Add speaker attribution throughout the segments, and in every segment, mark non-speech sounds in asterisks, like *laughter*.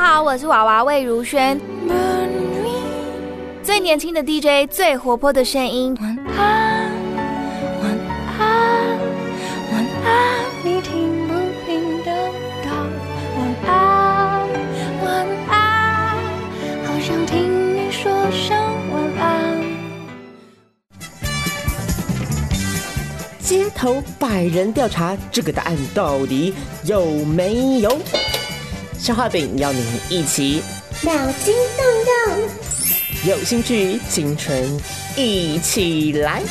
Speaker 1: 好，我是娃娃魏如萱，最年轻的 DJ，最活泼的声音。
Speaker 2: 晚安，晚安，晚安，你听不听得到？晚安，晚安，好想听你说声晚安。
Speaker 3: 街头百人调查，这个答案到底有没有？消化饼邀您一起
Speaker 4: 脑筋动动，
Speaker 3: 有兴趣，青春一起来。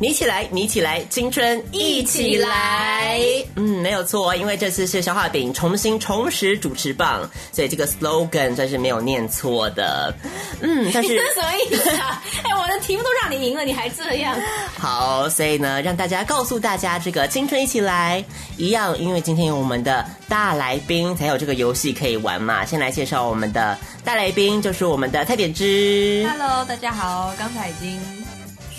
Speaker 3: 你起来，你起来，青春一起来。嗯，没有错，因为这次是消化饼重新重拾主持棒，所以这个 slogan 真是没有念错的。嗯，但
Speaker 5: *laughs* 你
Speaker 3: 是
Speaker 5: 这什么意思啊？哎、我的题目都让你赢了，你还这样？
Speaker 3: 好，所以呢，让大家告诉大家这个青春一起来一样，因为今天有我们的大来宾，才有这个游戏可以玩嘛。先来介绍我们的大来宾，就是我们的蔡点之。
Speaker 6: Hello，大家好，刚才已经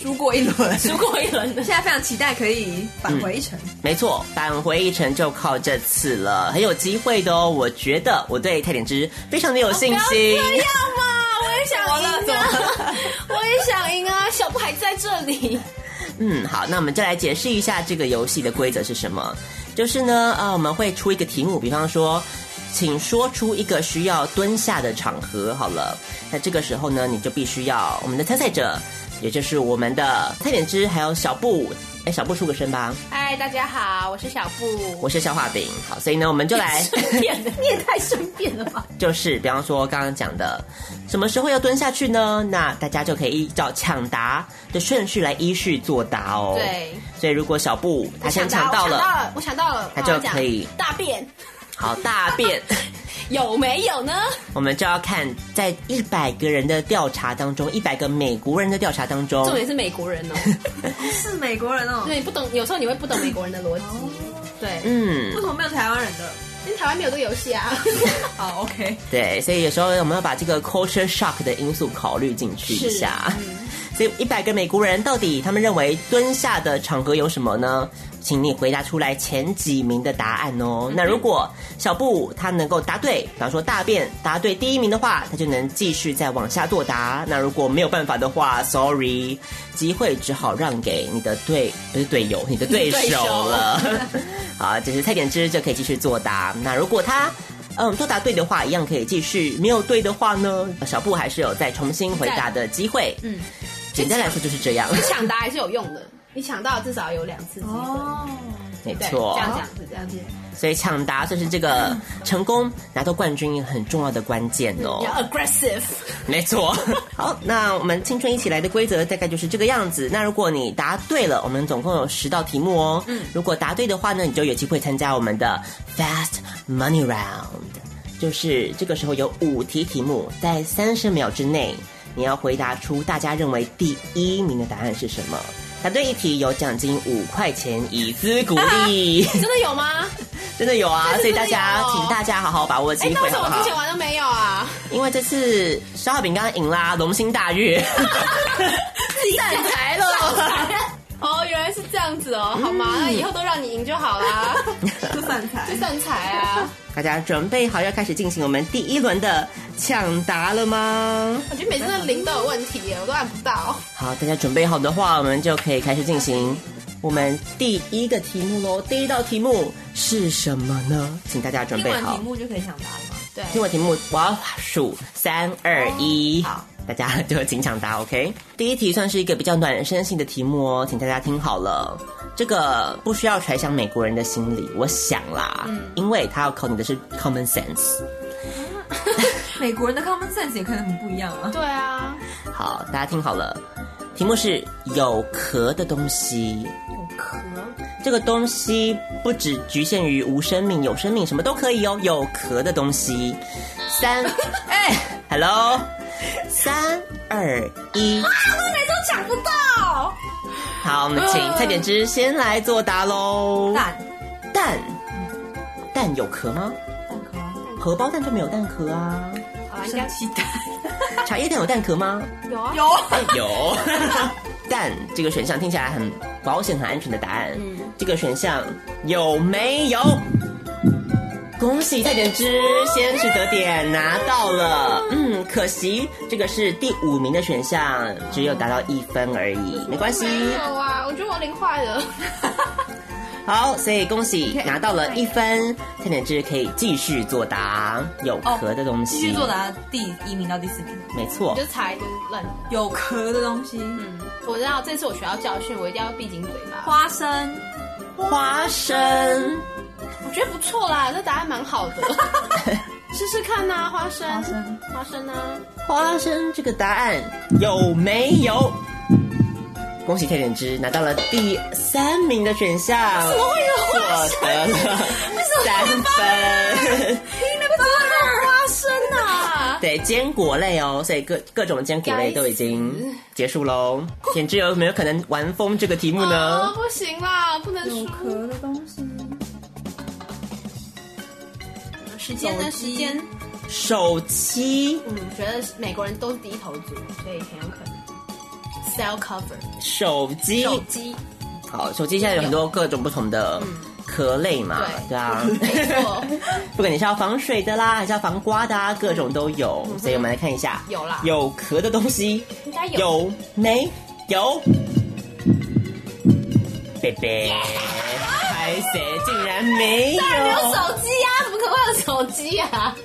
Speaker 6: 输过一轮，
Speaker 5: 输过一轮的
Speaker 6: 现，在非常期待可以返回一城。
Speaker 3: 没错，返回一城就靠这次 *laughs* 了，很有机会的哦。我觉得我对蔡点之非常的有信心。
Speaker 5: 嘛，哎我也
Speaker 3: *laughs*
Speaker 5: 想赢啊！我也想赢啊！小布还在这里，
Speaker 3: 嗯，好，那我们就来解释一下这个游戏的规则是什么。就是呢，啊，我们会出一个题目，比方说，请说出一个需要蹲下的场合。好了，那这个时候呢，你就必须要我们的参赛者，也就是我们的蔡点之还有小布，哎，小布出个声吧，
Speaker 5: 嗨，大家好，我是小布。
Speaker 3: 我是消化饼。好，所以呢，我们就来，
Speaker 5: 变 *laughs* 的，你也太生变了吧！
Speaker 3: *laughs* 就是比方说刚刚讲的，什么时候要蹲下去呢？那大家就可以依照抢答的顺序来依序作答哦。。
Speaker 5: 对，
Speaker 3: 所以，如果小布他
Speaker 5: 我
Speaker 3: 先
Speaker 5: 到
Speaker 3: 抢到了，
Speaker 5: 了，我想到了，
Speaker 3: 他
Speaker 5: 我想
Speaker 3: 就
Speaker 5: 到了，我要讲
Speaker 3: 可以
Speaker 5: 大便，
Speaker 3: 好大便，
Speaker 5: 有没有呢？
Speaker 3: 我们就要看在一百个人的调查当中，一百个美国人的调查当中
Speaker 5: 重，点是美国人哦，
Speaker 3: *laughs*
Speaker 6: 是美国人哦，
Speaker 5: 对，你不懂，有时候你会不懂美国人的逻辑。对，
Speaker 3: 嗯
Speaker 6: 为，什么没有台湾人的？
Speaker 5: 因为台湾没有这个游戏啊。
Speaker 6: 好，OK，
Speaker 3: 对，所以有时候我们要把这个 culture shock 的因素考虑进去一下。所以一百个美国人到底他们认为蹲下的场合有什么呢？请你回答出来前几名的答案哦。那如果小布他能够答对，比方说大便答对第一名的话，他就能继续再往下作答。那如果没有办法的话，sorry，机会只好让给你的队不是队友，你的对
Speaker 5: 对
Speaker 3: 手
Speaker 5: 手
Speaker 3: 了。 *laughs* 好，这是蔡点之就可以继续作答。那如果他嗯都答对的话，一样可以继续；没有对的话呢，小布还是有再重新回答的机会。嗯，简单来说就是这样，
Speaker 5: *laughs* 抢答还是有用的，你抢到至少有两次机会。
Speaker 3: 没
Speaker 5: *laughs* 对，
Speaker 3: 错
Speaker 5: 这。样讲是这样讲，
Speaker 3: 所以抢答算是这个成功拿到冠军很重要的关键哦
Speaker 5: 比。较 aggressive。
Speaker 3: 没错。 *laughs* 好，那我们青春一起来的规则大概就是这个样子。那如果你答对了，我们总共有十道题目哦。嗯，如果答对的话呢，你就有机会参加我们的 Fast Money Round，就是这个时候有五题题目，在三十秒之内，你要回答出大家认为第一名的答案是什么。答对一题有奖金五块钱，以资鼓
Speaker 5: *laughs*
Speaker 3: 励。
Speaker 5: *laughs* 真的有吗？
Speaker 3: 真的有啊，所以大家
Speaker 5: 真的有
Speaker 3: 请大家好好把握机
Speaker 5: 哎，那
Speaker 3: 会，
Speaker 5: 为什
Speaker 3: 好
Speaker 5: 么
Speaker 3: 不
Speaker 5: 我之前
Speaker 3: 好？
Speaker 5: 玩都没有啊？
Speaker 3: 因为这次烧烤饼刚刚赢啦，龙心大悦。
Speaker 5: *laughs*
Speaker 3: *laughs*
Speaker 5: 站台了。 *laughs* 哦，原来是这样子
Speaker 3: 嗯
Speaker 5: 哦，好吗？那以后都让你赢就好
Speaker 3: *laughs*
Speaker 5: 啦，
Speaker 6: 是散财
Speaker 5: 就。散财啊！
Speaker 3: 大家准备好要开始进行我们第一轮的抢答了吗？
Speaker 5: 我觉得每次那零都有问题耶，我都按不到。
Speaker 3: 好，大家准备好的话，我们就可以开始进行我们第一个题目喽。第一道题目是什么呢？请大家准备好。
Speaker 6: 目就可以抢答了吗？
Speaker 5: 对，
Speaker 3: 听我题目，我要数三二一。
Speaker 6: 哦
Speaker 3: 好，大家就请抢答，OK？第一题算是一个比较暖身性的题目哦，请大家听好了。这个不需要揣想美国人的心理，我想啦，
Speaker 6: 嗯
Speaker 3: 因为他要考你的是 common sense。
Speaker 6: 美国人的 common sense 也可能很不一样啊。
Speaker 5: 对啊，
Speaker 3: 好，大家听好了，题目是有壳的东西。
Speaker 6: 有壳，
Speaker 3: 这个东西不只局限于无生命，有生命什么都可以哦。有壳的东西，
Speaker 6: *laughs*
Speaker 3: 三，哎，hello，三二一，
Speaker 5: 都抢不到。
Speaker 3: 好，我们请蔡点之先来作答喽。
Speaker 6: 蛋，
Speaker 3: 蛋，蛋有壳吗？
Speaker 6: 蛋壳啊，
Speaker 3: 荷包蛋就没有蛋壳啊。
Speaker 5: 好啦，应该
Speaker 6: 鸡蛋，
Speaker 3: 茶叶蛋有蛋壳吗？ *laughs*
Speaker 5: 有啊，
Speaker 6: 有
Speaker 3: 哎有。蛋这个选项听起来很保险、很安全的答案。
Speaker 6: 嗯
Speaker 3: 这个选项有没有？恭喜蔡点之先取得点拿到了，嗯，可惜这个是第五名的选项，只有达到一分而已，没关系。
Speaker 6: 嗯
Speaker 5: 没有啊，我觉得我淋坏了。 *laughs*
Speaker 3: 好，所以恭喜拿到
Speaker 6: 哎
Speaker 3: 了一分，蔡点之可以继续作答有壳的东
Speaker 6: 哦继
Speaker 3: 西，
Speaker 6: 续作答第一名到第四名，
Speaker 3: 没错
Speaker 5: 你就，猜就是烂。
Speaker 6: 有壳的东西，
Speaker 5: 嗯，我知道这次我学到教训，我一定要闭紧嘴巴。
Speaker 6: 花生。
Speaker 3: 花生。
Speaker 5: 我觉得不错啦，这答案蛮好 *laughs* 的，试试看呐、花生，
Speaker 6: 花生，
Speaker 5: 花生啊，
Speaker 3: 花生这个答案有没有？恭喜特点之拿到了第三名的选项，怎么会有花生？得了三分，
Speaker 5: 花生啊，
Speaker 3: 对坚果类哦，所以各各种坚果类都已经结束喽。点之有没有可能玩疯这个题目
Speaker 5: 啊
Speaker 3: 呢？
Speaker 5: 不行啦，不能输。
Speaker 6: 的东西，
Speaker 5: 时间呢？时间，
Speaker 3: 手机，
Speaker 5: 嗯，觉得美国人都是低头族，所以很有可能 cell cover
Speaker 3: 手机，
Speaker 5: 手机，
Speaker 3: 好，手机现在有很多各种不同的壳类嘛，
Speaker 5: 对
Speaker 3: 对啊，
Speaker 5: 没错，
Speaker 3: 不管你是要防水的啦，还是要防刮的啊，各种都有。所以我们来看一下，
Speaker 5: 有啦
Speaker 3: 有壳的东西
Speaker 5: 应该有。
Speaker 3: 有没有？贝贝，拍谁竟然没有？
Speaker 5: 没有手机呀、怎么可能会有手机呀、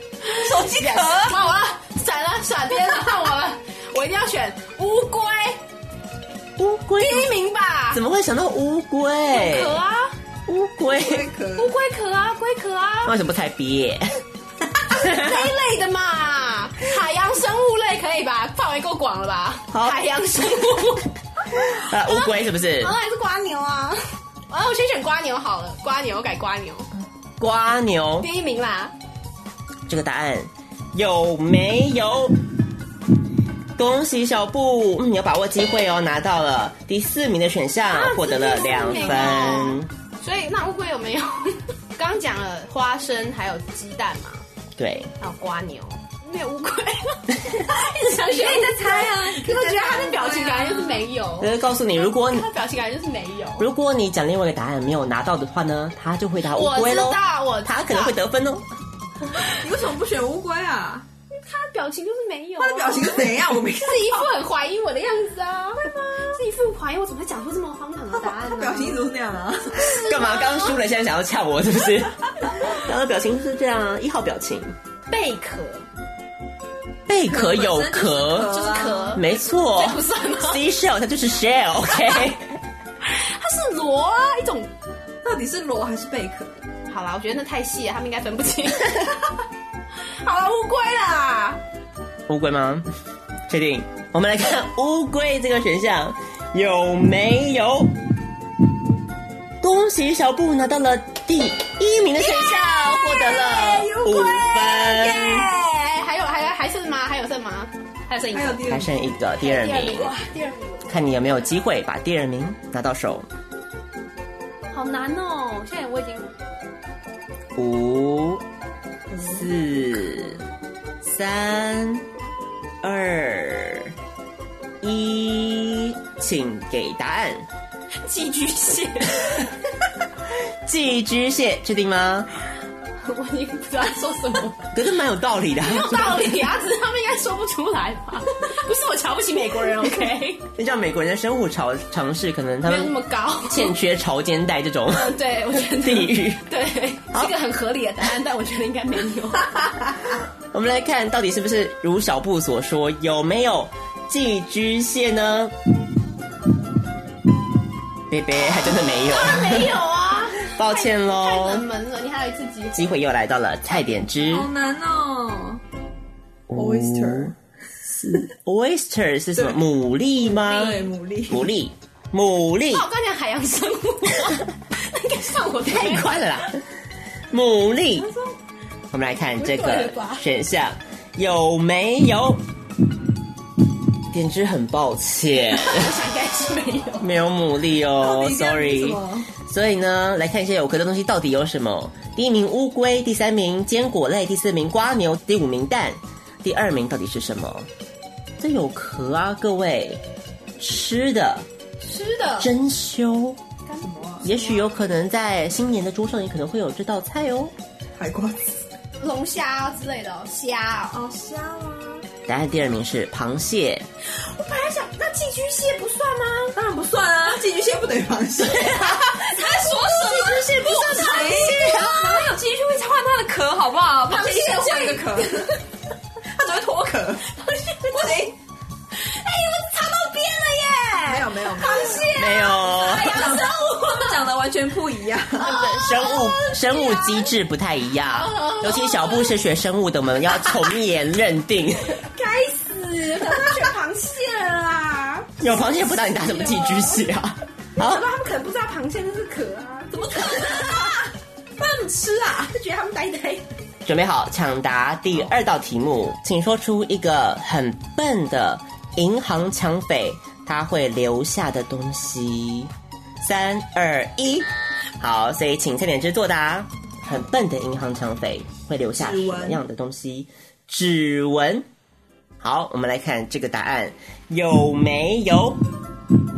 Speaker 3: 手机壳
Speaker 5: 完我了，闪了，闪电了，看我了，我一定要选乌龟，
Speaker 3: 乌龟
Speaker 5: 第一名吧
Speaker 3: 怎，么会想到乌龟？
Speaker 5: 壳啊，
Speaker 3: 乌龟，
Speaker 5: 乌龟壳啊，龟壳啊，
Speaker 3: 为什么不猜 B？
Speaker 5: 这一类的 *laughs* 嘛，海洋生物类可以吧，范围够广了吧？
Speaker 3: 好
Speaker 5: 海洋生 *laughs* 物，
Speaker 3: *laughs* 啊，乌龟是不是
Speaker 5: 然？后还是瓜牛啊，完了，我先选瓜牛好了，瓜牛我改瓜牛，
Speaker 3: 瓜牛
Speaker 5: 第一名啦，
Speaker 3: 这个答案有没有？恭喜小布，嗯，有把握机会哦，拿到了第四名的选项，获得了两
Speaker 5: 第四名
Speaker 3: 分
Speaker 5: 哦。所以那乌龟有没有？ *laughs* 刚刚讲了花生还有鸡蛋嘛，
Speaker 3: 对，
Speaker 5: 还有瓜牛，没有乌 *laughs* 龟，一直想选，你在猜啊？可是我觉得他的表情感觉就是没有
Speaker 3: 我，就告诉你，如果你
Speaker 5: 他的表情感觉就是没有。
Speaker 3: 如果你讲另外一个答案没有拿到的话呢，他就回答乌
Speaker 5: 我
Speaker 3: 龟
Speaker 5: 知
Speaker 3: 喽，
Speaker 5: 道，我知道
Speaker 3: 他可能会得分哦。
Speaker 6: 你为什么不选乌龟啊？
Speaker 5: 他的表情就是没有啊，
Speaker 6: 他的表情是怎样？我没看
Speaker 5: 是一副很怀疑我的样子啊，会吗？是一副怀疑我怎么会讲出这么荒唐的答案啊
Speaker 6: 他
Speaker 5: 呢？
Speaker 6: 表情一直都是那样
Speaker 5: *laughs*
Speaker 6: 的、啊。
Speaker 3: 干嘛？刚刚输了，现在想要呛我是不是？然后表情是这样啊，一号表情，
Speaker 5: 贝壳
Speaker 3: 贝壳有壳，
Speaker 5: 就是壳，
Speaker 3: 没错
Speaker 5: 这不算吗？
Speaker 3: ，seashell 它就是 shell，OK、
Speaker 5: 它是螺啊，一种。
Speaker 6: 到底是螺还是贝壳？
Speaker 5: 好啦，我觉得那太细了，啊他们应该分不清。 *laughs* 好了，乌龟啦，
Speaker 3: 乌龟吗？确定？我们来看 *laughs* 乌龟这个选项有没有？恭喜小布拿到了第一名的选项，获得了五分，
Speaker 5: 哎，还有还有还剩吗？还有剩吗？还有剩一个
Speaker 6: 还有第二
Speaker 3: 还剩一个第二
Speaker 5: 第二名
Speaker 3: 名，
Speaker 5: 哇，第二名
Speaker 3: 看你有没有机会把第二名拿到手。
Speaker 5: 好难哦！现在我已经
Speaker 3: 五、四、三、二、一，请给答案。
Speaker 5: 寄居蟹，
Speaker 3: *laughs*
Speaker 5: *laughs*
Speaker 3: 寄居蟹，确定吗？
Speaker 5: 我已经不知道说什么， *laughs*
Speaker 3: 可是蛮有道理的、啊，
Speaker 5: 没有
Speaker 3: *laughs*
Speaker 5: 道理啊，只是他们应该说不出来吧？不是我瞧不起美国人，OK，
Speaker 3: 就像美国人的生活潮尝试，可能他
Speaker 5: 没有那
Speaker 3: 们
Speaker 5: 么高。
Speaker 3: 欠缺潮间带这种
Speaker 5: 对，我觉得
Speaker 3: 地域。
Speaker 5: 对是一个很合理的答案，但我觉得应该没 *laughs* 有。
Speaker 3: 我们来看到底是不是如小布所说，有没有寄居蟹呢？贝贝还真的没
Speaker 6: *laughs*
Speaker 3: 有，
Speaker 5: 没有啊，
Speaker 3: 抱歉
Speaker 5: 太
Speaker 3: 喽
Speaker 5: 冷。门了，你还有一次机会。
Speaker 3: 机会又来到了菜点之
Speaker 6: 好难哦。
Speaker 3: 五
Speaker 6: Oyster
Speaker 3: 四 oyster 是什么？
Speaker 6: 对
Speaker 3: 牡蛎吗？
Speaker 6: 对，牡蛎。
Speaker 3: 牡蛎，牡蛎。
Speaker 5: 我刚讲哦海洋生物，那应该算我太
Speaker 3: 太快了啦！牡蛎，我们来看这个选项有没有？点之很抱歉，
Speaker 5: 应该是没有。
Speaker 3: 没有牡蛎哦
Speaker 6: 到底应该是什
Speaker 3: ，sorry
Speaker 6: 么。
Speaker 3: 所以呢，来看一下有壳的东西到底有什么。第一名乌龟，第三名坚果类，第四名瓜牛，第五名蛋，第二名到底是什么？这有壳啊，各位，吃的
Speaker 5: 吃的
Speaker 3: 珍馐，
Speaker 6: 干什么啊？
Speaker 3: 也许有可能在新年的桌上也可能会有这道菜哦。
Speaker 6: 海瓜子、
Speaker 5: 龙虾之类的哦虾哦。
Speaker 6: 哦虾啊，
Speaker 3: 答案第二名是螃蟹，
Speaker 5: 我本来想，那寄居蟹不算吗？
Speaker 6: 当然不算啊，寄居蟹不等于螃蟹。
Speaker 5: 他说什么？寄居蟹不算螃蟹啊？
Speaker 6: 哪有寄居蟹会换它的壳，好不好？螃蟹一生换一个壳， *laughs* 它只会脱壳。螃蟹会，
Speaker 5: 哎，我查到边了耶！
Speaker 6: 没有没有没有
Speaker 5: 螃蟹
Speaker 3: 没有
Speaker 6: 长得长得完全不一样。
Speaker 3: 生物生物机制不太一样，尤其小布是学生物的，我们要从严认
Speaker 6: *laughs*
Speaker 3: 定。
Speaker 5: 该死，我要选螃蟹了啦！
Speaker 3: 有螃蟹不到，你打什么寄居蟹啊？啊
Speaker 5: 我不，知道他们可能不知道螃蟹那是壳啊，怎么可能啊？
Speaker 6: *laughs* 他们吃啊，
Speaker 5: 就觉得他们呆呆。
Speaker 3: 准备好抢答第二道题目，请说出一个很笨的银行抢匪他会留下的东西。三二一，好，所以请蔡点之作答。很笨的银行抢匪会留下什么样的东西？指纹。好，我们来看这个答案有没有？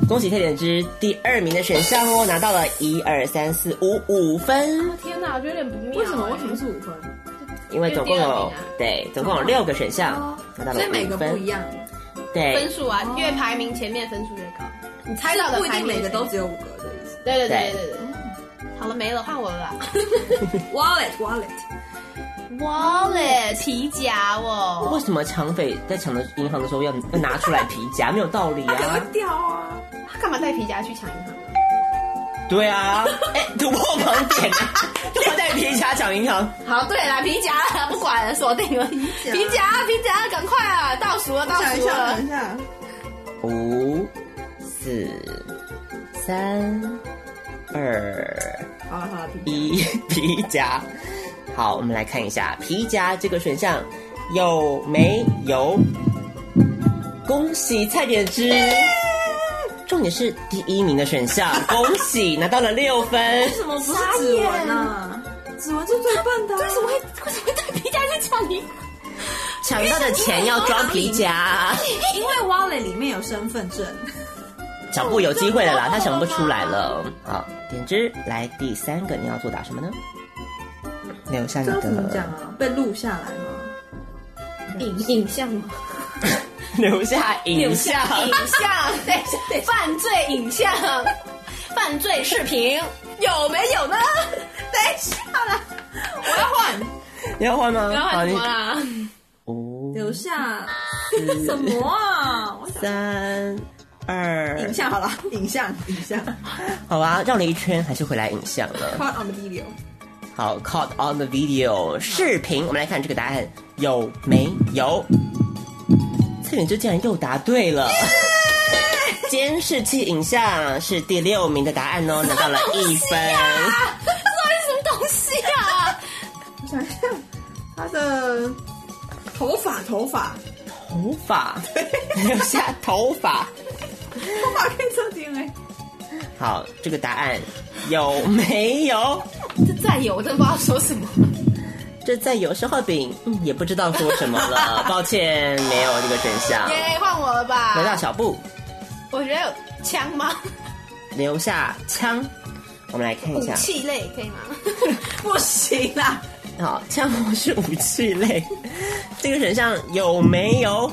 Speaker 3: 恭喜蔡点之第二名的选项哦，拿到了一二三四五五分。
Speaker 5: 天哪，我觉得有点不妙。欸
Speaker 6: 为什么为什么？是五分？
Speaker 3: 因为总共
Speaker 5: 因为第二
Speaker 3: 有
Speaker 5: 名啊
Speaker 3: 对，总共有六个选项，拿到了
Speaker 6: 哦所以每
Speaker 3: 五
Speaker 6: 个不一
Speaker 3: 分。
Speaker 6: 样，
Speaker 5: 分
Speaker 3: 对，
Speaker 5: 数啊，越排名前面分数越高。你猜到的
Speaker 6: 不一
Speaker 5: 排
Speaker 6: 定
Speaker 5: 名
Speaker 6: 每个都只有五个的意思。
Speaker 5: 对对对对对对。好了，没了，换我了吧。
Speaker 6: Wallet wallet，
Speaker 5: Wallet 皮夹哦，
Speaker 3: 为什么抢匪在抢的银行的时候要要拿出来皮夹？没有道理啊！
Speaker 6: 掉啊！
Speaker 5: 他干嘛带皮夹去抢银行？
Speaker 3: 对
Speaker 6: *laughs*
Speaker 3: 啊，哎，突破盲点 *laughs* 啊！要带皮夹抢银行，
Speaker 5: 好，对啦，皮夹啦不管了，锁定了。
Speaker 6: 夹
Speaker 5: 皮夹，皮夹，赶快啊！倒数了，倒
Speaker 6: 想一
Speaker 5: 数啊
Speaker 6: 下，
Speaker 5: 了
Speaker 6: 想。一下，
Speaker 3: 五、四、三、二。
Speaker 6: 好了好了，皮
Speaker 3: *laughs* 一皮夹。好，我们来看一下皮夹这个选项有没有？恭喜蔡点之，重点是第一名的选项，恭喜拿到了六分。
Speaker 6: 为什么不是指纹呢？指纹是最笨的啊，为什么会
Speaker 5: 为什么带皮夹去抢银行？
Speaker 3: *laughs* 抢到的钱要装皮夹，
Speaker 6: 因为 wallet 里面有身份证，
Speaker 3: 小布有机会了啦，他想不出来了。好，点之来第三个，你要作答什么呢？留下你
Speaker 6: 这要怎么讲
Speaker 3: 的，
Speaker 6: 啊？被录下来吗？
Speaker 5: 影影像吗？
Speaker 3: *laughs* 留下影像。
Speaker 5: 影像，对 *laughs* 对，犯罪影像，犯罪视频有没有呢？ *laughs* 等一下啦，我要换，
Speaker 3: 你要换吗？
Speaker 5: 我要
Speaker 3: 好
Speaker 5: 换什
Speaker 3: 你
Speaker 5: 么 *laughs* 啦？啊
Speaker 3: 五
Speaker 6: 留下什么 *laughs* 啊？我想
Speaker 3: 三二，
Speaker 6: 影像好了，影像影像
Speaker 3: 好吧，绕了一圈还是回来影像了。
Speaker 6: ，caught on the video，
Speaker 3: 好，caught on the video 视频，我们来看这个答案有没有？蔡远之竟然又答对了。监视器影像是第六名的答案哦，拿到了一分。
Speaker 5: 东西啊，
Speaker 6: 我想一下，他的头发头发
Speaker 3: 头发留下头发。
Speaker 6: 头发可以欸测 DNA，
Speaker 3: 好，这个答案有没有？
Speaker 5: 这再有我真的不知道说什么。
Speaker 3: 这在有时候饼，嗯，也不知道说什么了，抱歉，没有这个选项。
Speaker 5: 耶，换我了吧？
Speaker 3: 回到小布。
Speaker 5: 我觉得有枪吗？
Speaker 3: 留下枪。我们来看一
Speaker 5: 武
Speaker 3: 下，
Speaker 5: 器类可以吗？
Speaker 6: 不行啦，
Speaker 3: 好，哦枪是武器类，这个选项有没有？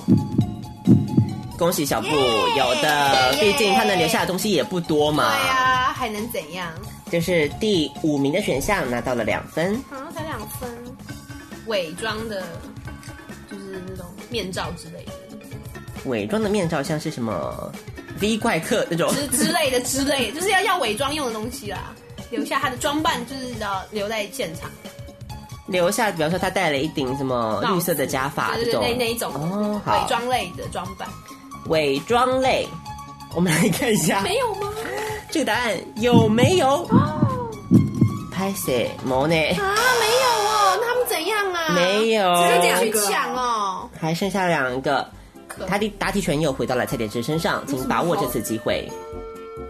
Speaker 3: 恭喜小布，
Speaker 5: 耶
Speaker 3: 有的，
Speaker 5: 耶
Speaker 3: 毕竟他能留下的东西也不多
Speaker 5: 对
Speaker 3: 嘛。
Speaker 5: 呀、还能怎样？
Speaker 3: 这是第五名的选项，拿到了两分。
Speaker 5: 好像才两分。伪装的，就是那种面罩之类的，
Speaker 3: 伪装的面罩像是什么？V 怪客那种，
Speaker 5: 之之类的之类的，就是要要伪装用的东西啦。留下他的装扮，就是要留在现场。
Speaker 3: 留下，比方说他戴了一顶什么哦绿色的假发
Speaker 5: 对
Speaker 3: 这
Speaker 5: 对对，
Speaker 3: 种，
Speaker 5: 那那一种
Speaker 3: 哦，
Speaker 5: 伪
Speaker 3: 好，
Speaker 5: 装类的装扮，
Speaker 3: 伪装类。我们来看一下，
Speaker 5: *laughs* 没有吗？
Speaker 3: 这个答案有没有？拍谁？毛呢？
Speaker 5: 啊，没有哦，那他们怎样啊？
Speaker 3: 没有，
Speaker 5: 直
Speaker 6: 这样
Speaker 5: 接去抢哦。
Speaker 3: 还剩下两个。
Speaker 5: 可
Speaker 3: 他的答题权又回到了蔡点之身上，请把握这次机会。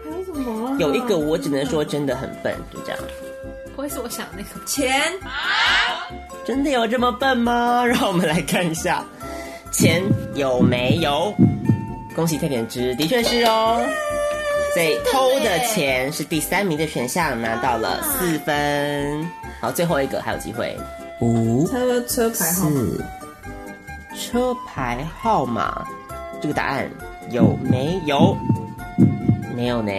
Speaker 6: 还有什么啊？
Speaker 3: 有一个我只能说真的很笨，就这样。
Speaker 5: 不会是我想的那个吧？
Speaker 6: 钱，
Speaker 3: 真的有这么笨吗？ *laughs* 让我们来看一下，钱有没有？恭喜蔡点之，的确是哦。所以偷的钱是第三名的选项，拿到了四分。好，最后一个还有机会，五
Speaker 7: 他的车牌
Speaker 3: 四，
Speaker 7: 号码
Speaker 3: 嗯车牌号码，这个答案有没有？没有呢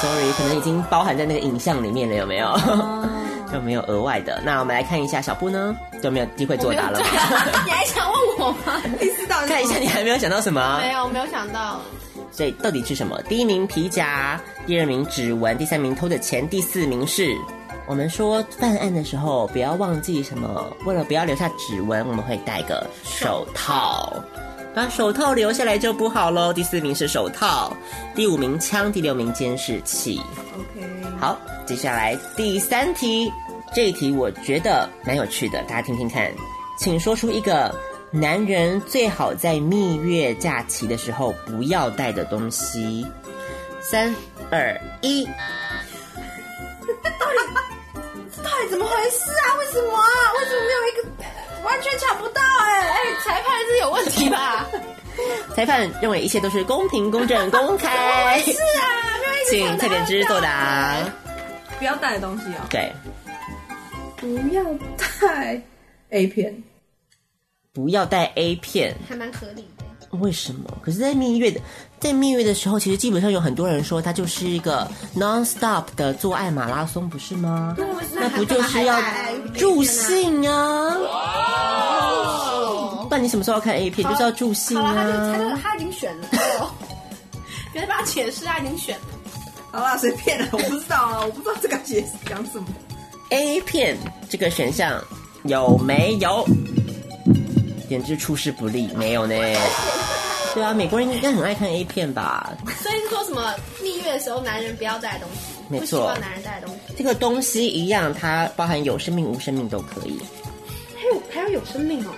Speaker 3: ，sorry，可能已经包含在那个影像里面了，有没有？ *laughs* 就没有额外的。那我们来看一下小布呢，就没有机会作答了吗？
Speaker 5: 啊你还想问我吗？
Speaker 7: 第
Speaker 6: 哎
Speaker 7: 四道
Speaker 3: *laughs* 看一下你还没有想到什么啊？
Speaker 5: *laughs* 没有，没有想到。
Speaker 3: 所以到底是什么？第一名皮夹，第二名指纹，第三名偷的钱，第四名是。我们说犯案的时候，不要忘记什么？为了不要留下指纹，我们会戴个手套，把手套留下来就不好喽。第四名是手套，第五名枪，第六名监视器。
Speaker 7: ，OK，
Speaker 3: 好，接下来第三题，这一题我觉得蛮有趣的，大家听听看，请说出一个男人最好在蜜月假期的时候不要带的东西。三二一，
Speaker 7: 到底怎么回事啊？为什么啊？为什么没有一个完全抢不到、哎哎，
Speaker 5: 裁判是有问题吧？
Speaker 3: 裁判认为一切都是公平、公正、公
Speaker 7: *laughs*
Speaker 3: 开，
Speaker 7: 是啊，没有一个
Speaker 3: 请蔡点之作答。
Speaker 6: 不要带的东西哦。
Speaker 3: 对，
Speaker 7: 不要带 A 片，
Speaker 3: 不要带 A 片，
Speaker 5: 还蛮合理的。
Speaker 3: 为什么？可是，在蜜月的，在蜜月的时候，其实基本上有很多人说，它就是一个 non stop 的做爱马拉松，不是吗？那不就是要助兴啊？不然你什么时候要看 A 片？就是要助兴
Speaker 5: 哦好了，他就他
Speaker 3: 啊
Speaker 5: 就！他已经选了。原来帮他解释，他已经选了。
Speaker 7: 好啦，随便了，我不知道啊，我不知道这个写讲什么。
Speaker 3: A 片这个选项有没有？简直出师不利，没有呢。对啊，美国人应该很爱看 A 片吧？
Speaker 5: 所以是说什么蜜月的时候，男人不要带的东西，
Speaker 3: 没错
Speaker 5: 不希望男人带的东西。
Speaker 3: 这个东西一样，它包含有生命、无生命都可以。
Speaker 5: 还有还要有生命哦，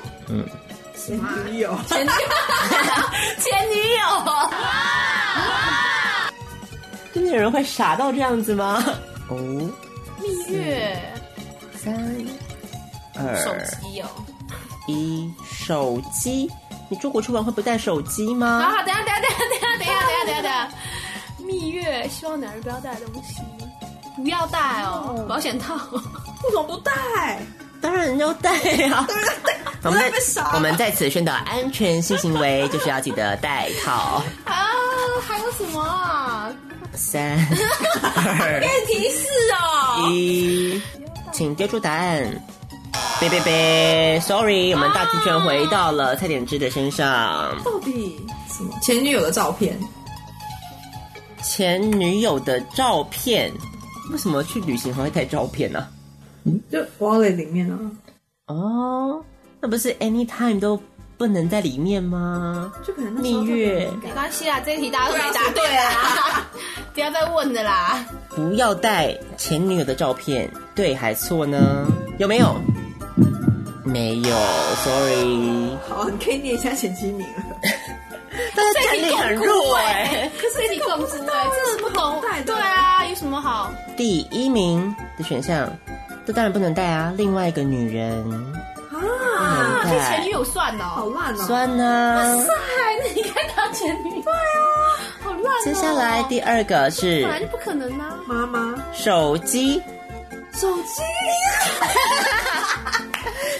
Speaker 7: 前女友，
Speaker 5: 前女友。
Speaker 3: 真的有人会傻到这样子吗？哦，
Speaker 5: 蜜月
Speaker 3: 三二
Speaker 5: 手机哦，
Speaker 3: 一，手机。你出国出门会不带手机吗？
Speaker 5: 啊，等一下等一下等一下等一下等一下等一下等一下，蜜月希望男人不要带的东西，不要带哦，保险套。
Speaker 7: 为什么不带？
Speaker 3: 当然要带 *laughs* 啊！我们在我们在此宣导安全性行为，就是要记得戴 *laughs* 套。
Speaker 5: 啊，还有什么啊？
Speaker 3: 三二
Speaker 5: 提示哦，
Speaker 3: 一，请丢出答案。 *laughs* 别别别，sorry，我们大提拳回到了蔡点之的身上。
Speaker 7: 到底什么？前女友的照片，
Speaker 3: 前女友的照片，为什么去旅行还会带照片呢、啊
Speaker 7: 就 wallet 里面啊。
Speaker 3: 哦，那不是 anytime 都不能在里面吗？
Speaker 7: 就可能那时候
Speaker 3: 蜜月
Speaker 5: 没关系啦，这一题大家都没答对啊啦，不要再问的啦。
Speaker 3: 不要带前女友的照片，对还错呢？有没有？没有，sorry。
Speaker 7: 好，你可以念一下前七名了。
Speaker 3: 但是战力很弱哎、
Speaker 5: 可是你搞不知道，这是不懂啊
Speaker 7: 带的
Speaker 5: 对啊，有什么好？
Speaker 3: 第一名的选项，这当然不能带啊。另外一个女人不
Speaker 7: 啊，
Speaker 3: 能
Speaker 5: 啊，是前女
Speaker 3: 带，
Speaker 5: 友算的
Speaker 7: 好
Speaker 5: 哦。
Speaker 7: 烂哦！
Speaker 3: 酸啊。
Speaker 5: 哎，那你看他前女友，对啊，好烂哦。
Speaker 3: 接下来第二个是
Speaker 5: 本来就不可能啊。
Speaker 7: 妈妈，
Speaker 3: 手机，
Speaker 7: 手机，
Speaker 3: *laughs*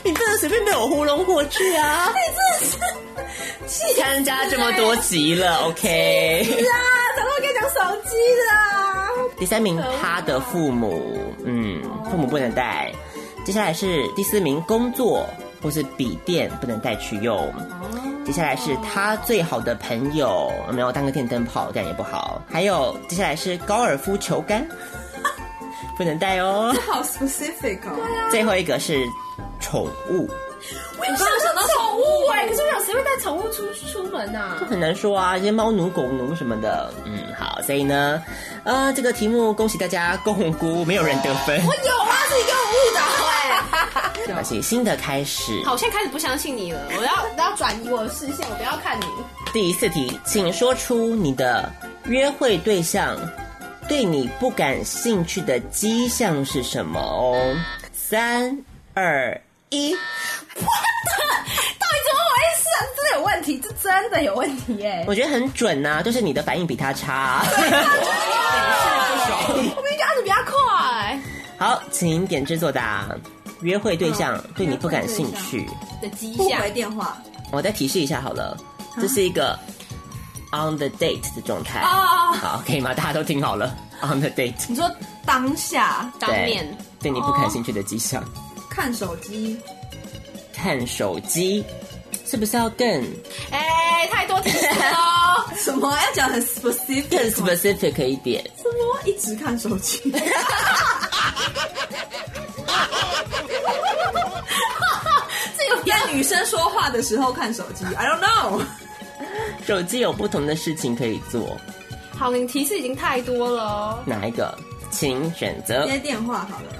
Speaker 3: 你真的随便被我糊弄过去啊！你真的是参加这么多集了，OK？是啊，早知道该讲手机的。第三名，他的父母，嗯，父母不能带。接下来是第四名，工作或是笔电不能带去用。接下来是他最好的朋友，有没有当个电灯泡，这样也不好。还有接下来是高尔夫球杆，不能带哦。
Speaker 7: 好 specific 哦。
Speaker 3: 最后一个是宠物。
Speaker 5: 我有想到宠物哎、可是我想谁会带宠物出出门呐、
Speaker 3: 很难说啊，这些猫奴、狗奴什么的。嗯，好，所以呢，呃，这个题目恭喜大家共估，没有人得分，
Speaker 5: 有啊，自己给我误导哎、
Speaker 3: 没关系，新的开始。
Speaker 5: 好，我现在开始不相信你了，我要我要转移我的视线，我不要看你。
Speaker 3: 第四题，请说出你的约会对象对你不感兴趣的迹象是什么哦。三二一，
Speaker 5: 到底怎么回事啊？真的有问
Speaker 7: 题，这真的有问题耶、
Speaker 3: 我觉得很准呐、就是你的反应比他差啊、
Speaker 7: 我明明就按的比较快。
Speaker 3: *laughs* 好，请点制作答。约会对象对你不感兴趣，
Speaker 5: 的迹
Speaker 7: 不
Speaker 5: 象，
Speaker 7: 回电话，
Speaker 3: 我再提示一下好了，这是一个 on the date 的状态。
Speaker 5: 啊哦
Speaker 3: 好，可以吗？大家都听好了，on the date，
Speaker 7: 你说当下
Speaker 5: 当面哦
Speaker 3: 对对你不感兴趣的迹象，
Speaker 7: 看手机，
Speaker 3: 看手机是不是要更
Speaker 5: 哎，太多提示
Speaker 3: *laughs*
Speaker 5: 喽，
Speaker 7: 什么要讲很 specific，哦
Speaker 3: 更 specific 一点？
Speaker 7: 什么一直看手
Speaker 5: *laughs*
Speaker 7: 机，
Speaker 5: 这个跟女生说话的时候看手机，I don't know。
Speaker 3: 手机有不同的事情可以做，
Speaker 5: 好，你提示已经太多了哦。
Speaker 3: 哪一个？请选择。
Speaker 7: 接电话好了。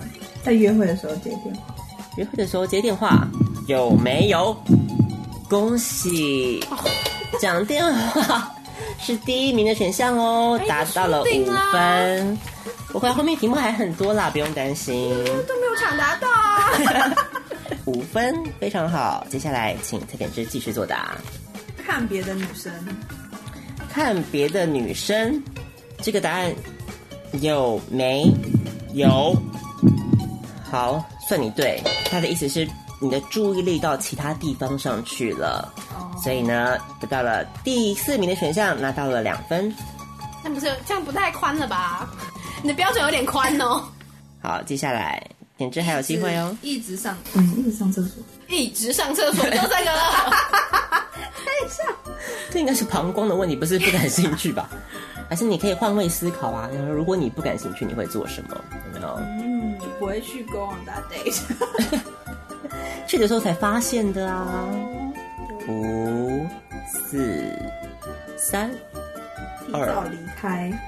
Speaker 7: 在约会的时候接电话，
Speaker 3: 约会的时候接电话，有没有？恭喜，讲电话 *laughs* 是第一名的选项哦，
Speaker 7: 哎
Speaker 3: 达到了五分。不会，后面题目还很多啦，不用担心。
Speaker 7: 都没有抢答到啊！
Speaker 3: *laughs* 五分非常好，接下来请蔡点之继续作答。
Speaker 7: 看别的女生，
Speaker 3: 看别的女生，这个答案有没有？好，算你对。他的意思是你的注意力到其他地方上去了，所以呢，得到了第四名的选项，拿到了两分。
Speaker 5: 那不是这样不太宽了吧？你的标准有点宽哦。
Speaker 3: 好，接下来点之还有机会哦。
Speaker 7: 一直上，嗯，一直上厕所，
Speaker 5: 一直上厕所就这个了，
Speaker 3: *laughs* 这应该是膀胱的问题，不是不感兴趣吧？还是你可以换位思考啊。然后如果你不感兴趣，你会做什么？有没有？
Speaker 7: 嗯，就不会去 go on that
Speaker 5: *laughs*
Speaker 7: date。
Speaker 3: 去的时候才发现的啊。五、四、三、
Speaker 7: 提早离开，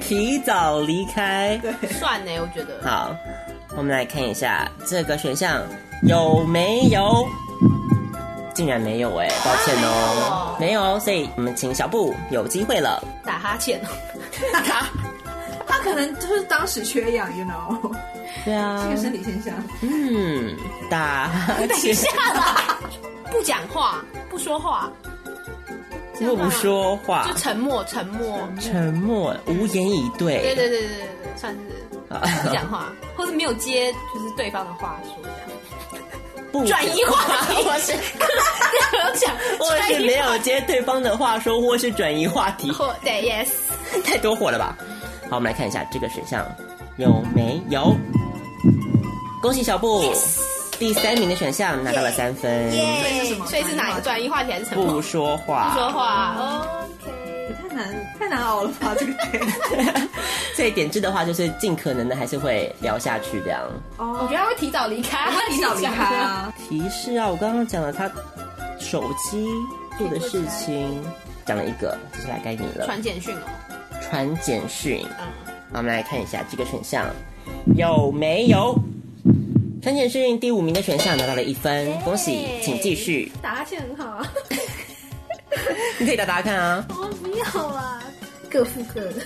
Speaker 3: 提早离开。
Speaker 5: 算呢，我觉得。
Speaker 3: 好，我们来看一下这个选项有没有？竟然没有哎、抱歉哦，
Speaker 5: 哎
Speaker 3: 没有哦，所以我们请小布有机会了。
Speaker 5: 打哈欠，哦
Speaker 7: 他可能就是当时缺氧，you know，
Speaker 3: 对啊
Speaker 7: 这个生理现象。
Speaker 3: 嗯，打
Speaker 5: *laughs*
Speaker 3: 欠，
Speaker 5: 不讲话，不说话，
Speaker 3: 又不说嗯话
Speaker 5: 就，沉默，沉默。
Speaker 3: 沉默，无言以对。啊
Speaker 5: 对对对对对对，算是
Speaker 3: 好
Speaker 5: 不讲话， *laughs* 或是没有接就是对方的话说这样，
Speaker 3: 不
Speaker 5: 转移
Speaker 3: *laughs*
Speaker 5: 话题。我是有讲
Speaker 3: 或是
Speaker 5: 转移
Speaker 3: 没有接对方的话说，或是转移话
Speaker 5: *laughs*
Speaker 3: 题，
Speaker 5: 或 *laughs* 对 yes，
Speaker 3: 太多火了吧？好，我们来看一下这个选项有没有。恭喜小布第三名的选项拿到了三分。
Speaker 7: 所以是什么？
Speaker 5: 哎所以是哪一个转移话题啊还是什么？
Speaker 3: 不说
Speaker 5: 不
Speaker 3: 话，
Speaker 5: 说话哦，
Speaker 7: 也太难太难熬了吧？这个
Speaker 5: *laughs*
Speaker 3: 所以点痣的话，就是尽可能的还是会聊下去这样。
Speaker 5: 我觉
Speaker 7: 哦，
Speaker 5: 得他会提早离开，他
Speaker 7: *laughs* 提早离开啊！
Speaker 3: 提示啊，我刚刚讲了他手机做的事情，讲了一个，接下来该你了。
Speaker 5: 传简讯哦，
Speaker 3: 传简讯。
Speaker 5: 嗯，
Speaker 3: 好，我们来看一下这个选项有没有。陈简讯第五名的选项拿到了一分，恭喜，请继续。
Speaker 5: 打哈欠很好 *laughs* 啊，
Speaker 3: 你可以打打看啊，
Speaker 8: 我不要啊，各付各的。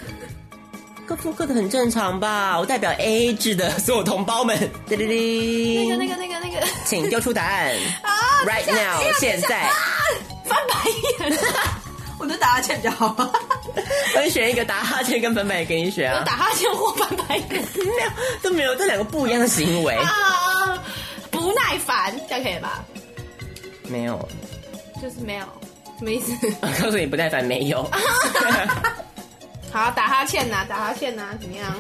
Speaker 3: 各付各的很正常吧？我代表 A A 制的所有同胞们，叮叮叮，
Speaker 5: 那个那啊个那个
Speaker 3: 请丢出答案，right now，现在，
Speaker 5: *laughs* 翻白眼，
Speaker 7: 我觉得打哈欠比较好。
Speaker 3: 我会选一个打哈欠跟翻白眼给你选
Speaker 5: 我
Speaker 3: 啊，
Speaker 5: 打哈欠或翻白眼
Speaker 3: 没有都没有这两个不一样的行为，
Speaker 5: 啊， *laughs* 不耐烦，这样可以吧？
Speaker 3: 没有，
Speaker 5: 就是没有，什么意思？ *laughs*
Speaker 3: 我告诉你不耐烦没有， *laughs*
Speaker 5: 好，打哈欠呐、打哈欠呐、啊怎么样？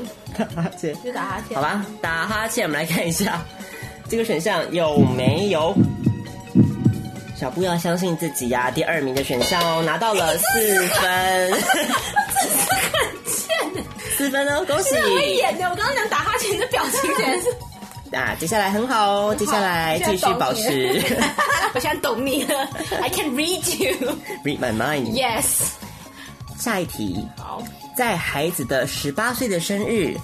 Speaker 3: 打哈欠。
Speaker 5: 就打哈欠。
Speaker 3: 好吧，打哈欠，我们来看一下 *laughs* 这个选项有没有。小布要相信自己呀、第二名的选项哦，拿到了 *laughs* 四分，四分哦，恭喜！
Speaker 5: 会演的，我刚刚讲打哈欠，你的表情
Speaker 3: *laughs*
Speaker 5: 简直是，
Speaker 3: 那啊接下来很好哦，接下来继续保持 *laughs*
Speaker 5: *laughs* 我现在懂你了，I can read you。
Speaker 3: read my mind。
Speaker 5: Yes，
Speaker 3: 下一题，
Speaker 5: 好，
Speaker 3: 在孩子的十八岁的生日，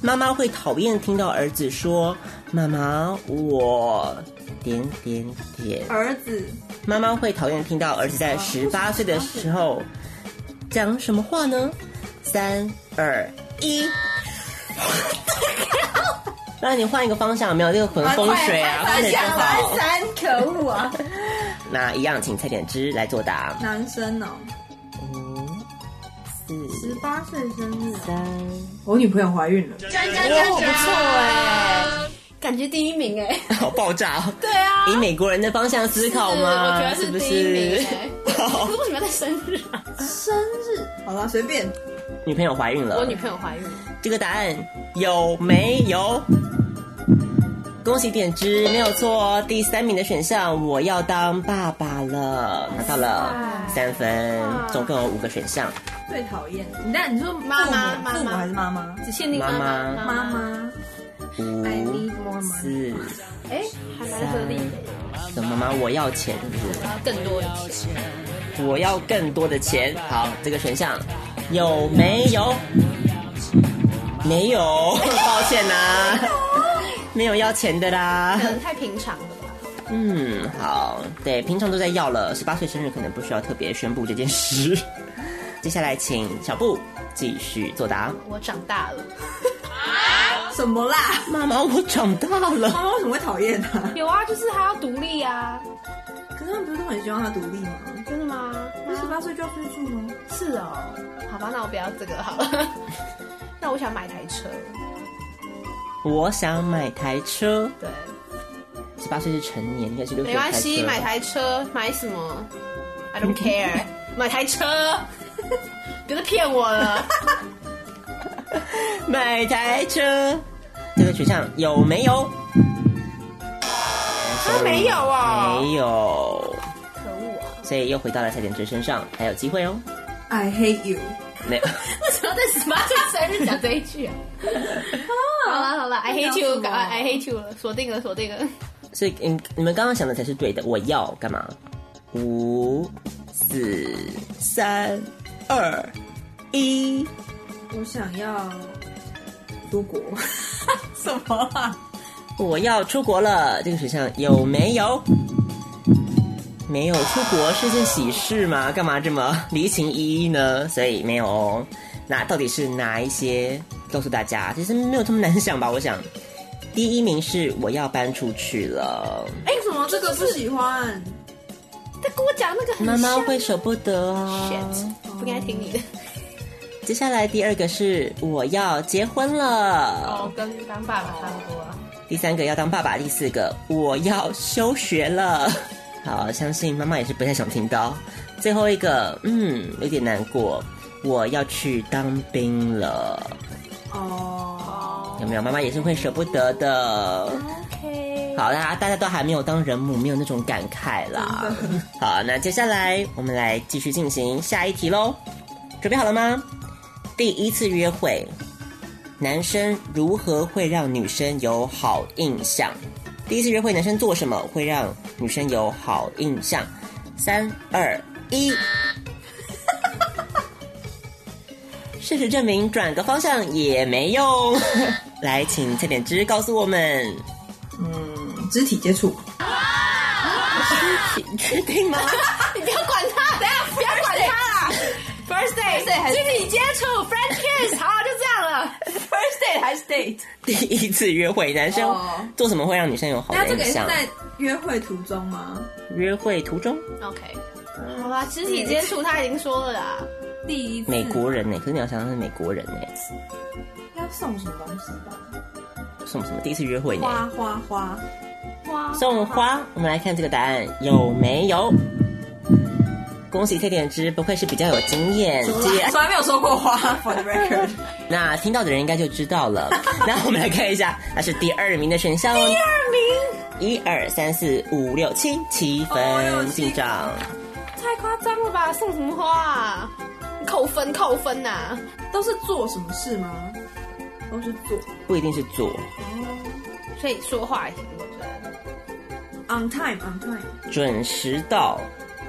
Speaker 3: 妈妈会讨厌听到儿子说：“妈妈，我点点点。”
Speaker 7: 儿子，
Speaker 3: 妈妈会讨厌听到儿子在十八岁的时候讲什么话呢？三二
Speaker 5: *laughs*
Speaker 3: 一，
Speaker 7: 啊
Speaker 3: 啊让你换一个方向，有没有这个混风水啊，换点就好。
Speaker 7: 三可恶啊！
Speaker 3: 那一样，请蔡点之来作答。
Speaker 7: 男生哦，
Speaker 3: 五、四、
Speaker 7: 十八岁生日、哦，我女朋友怀孕了，
Speaker 5: 不错哎、感觉第一名哎、
Speaker 3: 好爆炸哦！
Speaker 5: 对啊，
Speaker 3: 以美国人的方向思考
Speaker 5: 我
Speaker 3: 吗？
Speaker 5: 觉得
Speaker 3: 是不
Speaker 5: 第一名
Speaker 3: 是？*laughs*
Speaker 5: 哎、
Speaker 3: 好
Speaker 5: 可是为什么要在生日啊？
Speaker 7: 生日，好了，随便，
Speaker 3: 女朋友怀孕了，
Speaker 5: 我女朋友怀孕了，
Speaker 3: 这个答案有没有？恭喜点之，没有错，第三名的选项，我要当爸爸了，拿到了三分，总共有五个选项。
Speaker 7: 最讨厌。你那你说父母
Speaker 5: 妈妈妈妈
Speaker 7: 父母还是妈妈？
Speaker 5: 只限定
Speaker 3: 妈妈
Speaker 5: 妈
Speaker 7: 妈妈
Speaker 3: 五、
Speaker 7: ，I need more money。
Speaker 3: 四、
Speaker 5: 哎、还蛮合理的，
Speaker 3: 什么妈妈？我要钱，是不
Speaker 5: 然后更多一些。
Speaker 3: 是？我要更多的钱。好，这个选项有没有？没有，抱歉啦、没有要钱的啦。
Speaker 5: 可能太平常了吧？
Speaker 3: 嗯，好，对，平常都在要了，十八岁生日可能不需要特别宣布这件事。 *laughs* 接下来请小布继续作答。
Speaker 5: 我长大了，
Speaker 7: 什么啦？
Speaker 3: 妈妈，我长大了。
Speaker 7: 妈妈为什么会讨厌他？
Speaker 5: 有啊，就是还要独立啊，
Speaker 7: 可是他们不是都很希望他独立吗？
Speaker 5: 真的吗？
Speaker 7: 不是十八岁就要出去吗？
Speaker 5: 是哦，好吧，那我不要这个好了。 *laughs* 那我想买台车，
Speaker 3: 我想买台车。
Speaker 5: 对，
Speaker 3: 十八岁是成年，应该是六岁
Speaker 5: 没
Speaker 3: 有台车
Speaker 5: 关系，买台车，买什么？I don't *laughs* care，买台车， *laughs* 别再骗我了。
Speaker 3: 买台车。这个选项有没有？
Speaker 5: 都 *laughs* 没有啊、
Speaker 3: 没有，
Speaker 5: 可恶啊！
Speaker 3: 所以又回到了蔡点之身上，还有机会哦。
Speaker 7: I hate you。
Speaker 3: 没有，
Speaker 5: 为什么要在十八岁生日讲这一句 *laughs* 啊？好了好了，I hate you，赶快 I hate you 了，锁定了锁定了。
Speaker 3: 所以你你们刚刚想的才是对的。我要干嘛？五、四、三、二、一。
Speaker 7: 我想要出国。什么啊？
Speaker 3: 我要出国了，这个选项有没有？没有，出国是件喜事嘛，干嘛这么离情依依呢？所以没有哦。那到底是哪一些？告诉大家，其实没有这么难想吧？我想，第一名是我要搬出去了，
Speaker 7: 为哎什么这个不喜欢？
Speaker 5: 他跟我讲那个很
Speaker 3: 妈妈
Speaker 5: 像
Speaker 3: 会舍不得啊。
Speaker 5: shit，不该听你的。
Speaker 3: 接下来第二个是我要结婚了，
Speaker 5: 哦，跟当爸爸差不多啊。
Speaker 3: 第三个要当爸爸，第四个我要休学了。 *laughs* 好，相信妈妈也是不太想听到。最后一个，嗯，有点难过，我要去当兵了，
Speaker 7: 哦，
Speaker 3: 有没有？妈妈也是会舍不得的。
Speaker 5: OK，
Speaker 3: 好啦，大家都还没有当人母，没有那种感慨啦。好，那接下来我们来继续进行下一题喽。准备好了吗？第一次约会，男生如何会让女生有好印象？第一次约会，男生做什么会让女生有好印象？三二一。事实证明，转个方向也没
Speaker 7: *laughs*
Speaker 3: 用。来，请蔡点之告诉我们，
Speaker 7: 嗯，肢体接触。
Speaker 3: 你确定
Speaker 7: *laughs*
Speaker 3: 吗？
Speaker 5: 你不要管他，等下不要管他啦。First date 还是肢体接触，French *laughs* kiss，好，就这样了。First date 还是 date？
Speaker 3: 第一次约会，男生
Speaker 7: 哦
Speaker 3: 做什么会让女生有好
Speaker 7: 那
Speaker 3: 的
Speaker 7: 这
Speaker 3: 印
Speaker 7: 个也是
Speaker 3: 象？
Speaker 7: 在约会途中吗？
Speaker 3: 约会途中，
Speaker 5: OK，好吧，肢体接触他已经说了啦。
Speaker 7: 第一次
Speaker 3: 美国人呢、可是你要想想是美国人呢、
Speaker 7: 要送什么东西吧？
Speaker 3: 送什么？第一次约会呢、
Speaker 7: 花花花，
Speaker 3: 送花。我们来看这个答案有没有？恭喜蔡点之，不愧是比较有经验。接
Speaker 7: *laughs* 从来没有说过花。For the record，
Speaker 3: 那听到的人应该就知道 *laughs* 了。那我们来看一下，那是第二名的选项哦。第二名，一二三四五六七，七分进账。
Speaker 5: 太夸张了吧？送什么花啊？扣分扣分呐、
Speaker 7: 都是做什么事吗？都是做
Speaker 3: 不一定是左，
Speaker 5: 所以说话也行，我觉得。
Speaker 7: on time on time。
Speaker 3: 准时到。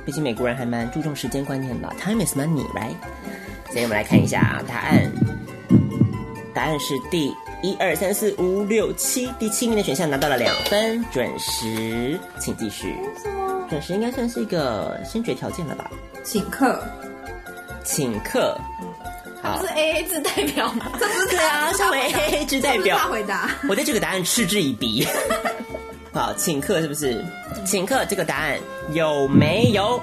Speaker 3: 毕竟美国人还蛮注重时间观念吧，Time is money，right？所以我们来看一下啊答案，答案是第一二三四五六七，第七名的选项拿到了两分，准时，请继续。准时应该算是一个先决条件了吧？
Speaker 7: 请客，
Speaker 3: 请客，好
Speaker 5: 是，A A 制代表吗？
Speaker 7: 这不是
Speaker 3: 对啊，身为 A A 制代表，
Speaker 7: 他回答。
Speaker 3: 我对这个答案嗤之以鼻。好，请客是不是？请客这个答案有没有？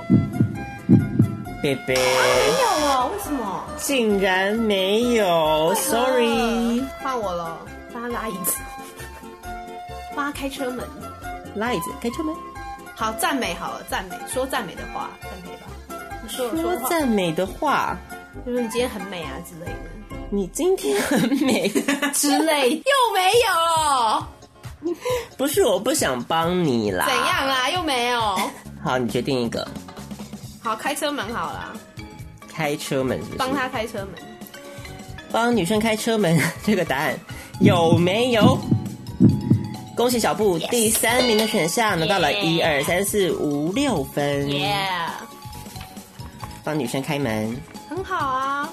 Speaker 3: 贝贝
Speaker 7: 没有哦，为什么？
Speaker 3: 竟然没有，sorry，
Speaker 7: 换我了，
Speaker 5: 帮他拉椅子，帮他开车门。
Speaker 3: 拉椅子开车门，
Speaker 5: 好，赞美好了，赞美，说赞美的话，赞美吧。你说我
Speaker 3: 说
Speaker 5: 说话，
Speaker 3: 赞美的话，
Speaker 5: 就是你今天很美啊之类的，
Speaker 3: 你今天很美。
Speaker 5: 之类啊的 *laughs* 又没有，
Speaker 3: 不是我不想帮你啦，
Speaker 5: 怎？样啦？又没 *laughs* 有。
Speaker 3: 好，你决定一个，
Speaker 5: 好，开车门好了，
Speaker 3: 开车门是不是
Speaker 5: 帮他开车门。
Speaker 3: 帮女生开车门 *laughs* 这个答案有没有？恭喜小布第三名的选项拿到了一二三四五六分。
Speaker 5: 嗯 Yeah，
Speaker 3: 帮女生开门，
Speaker 5: 很好啊。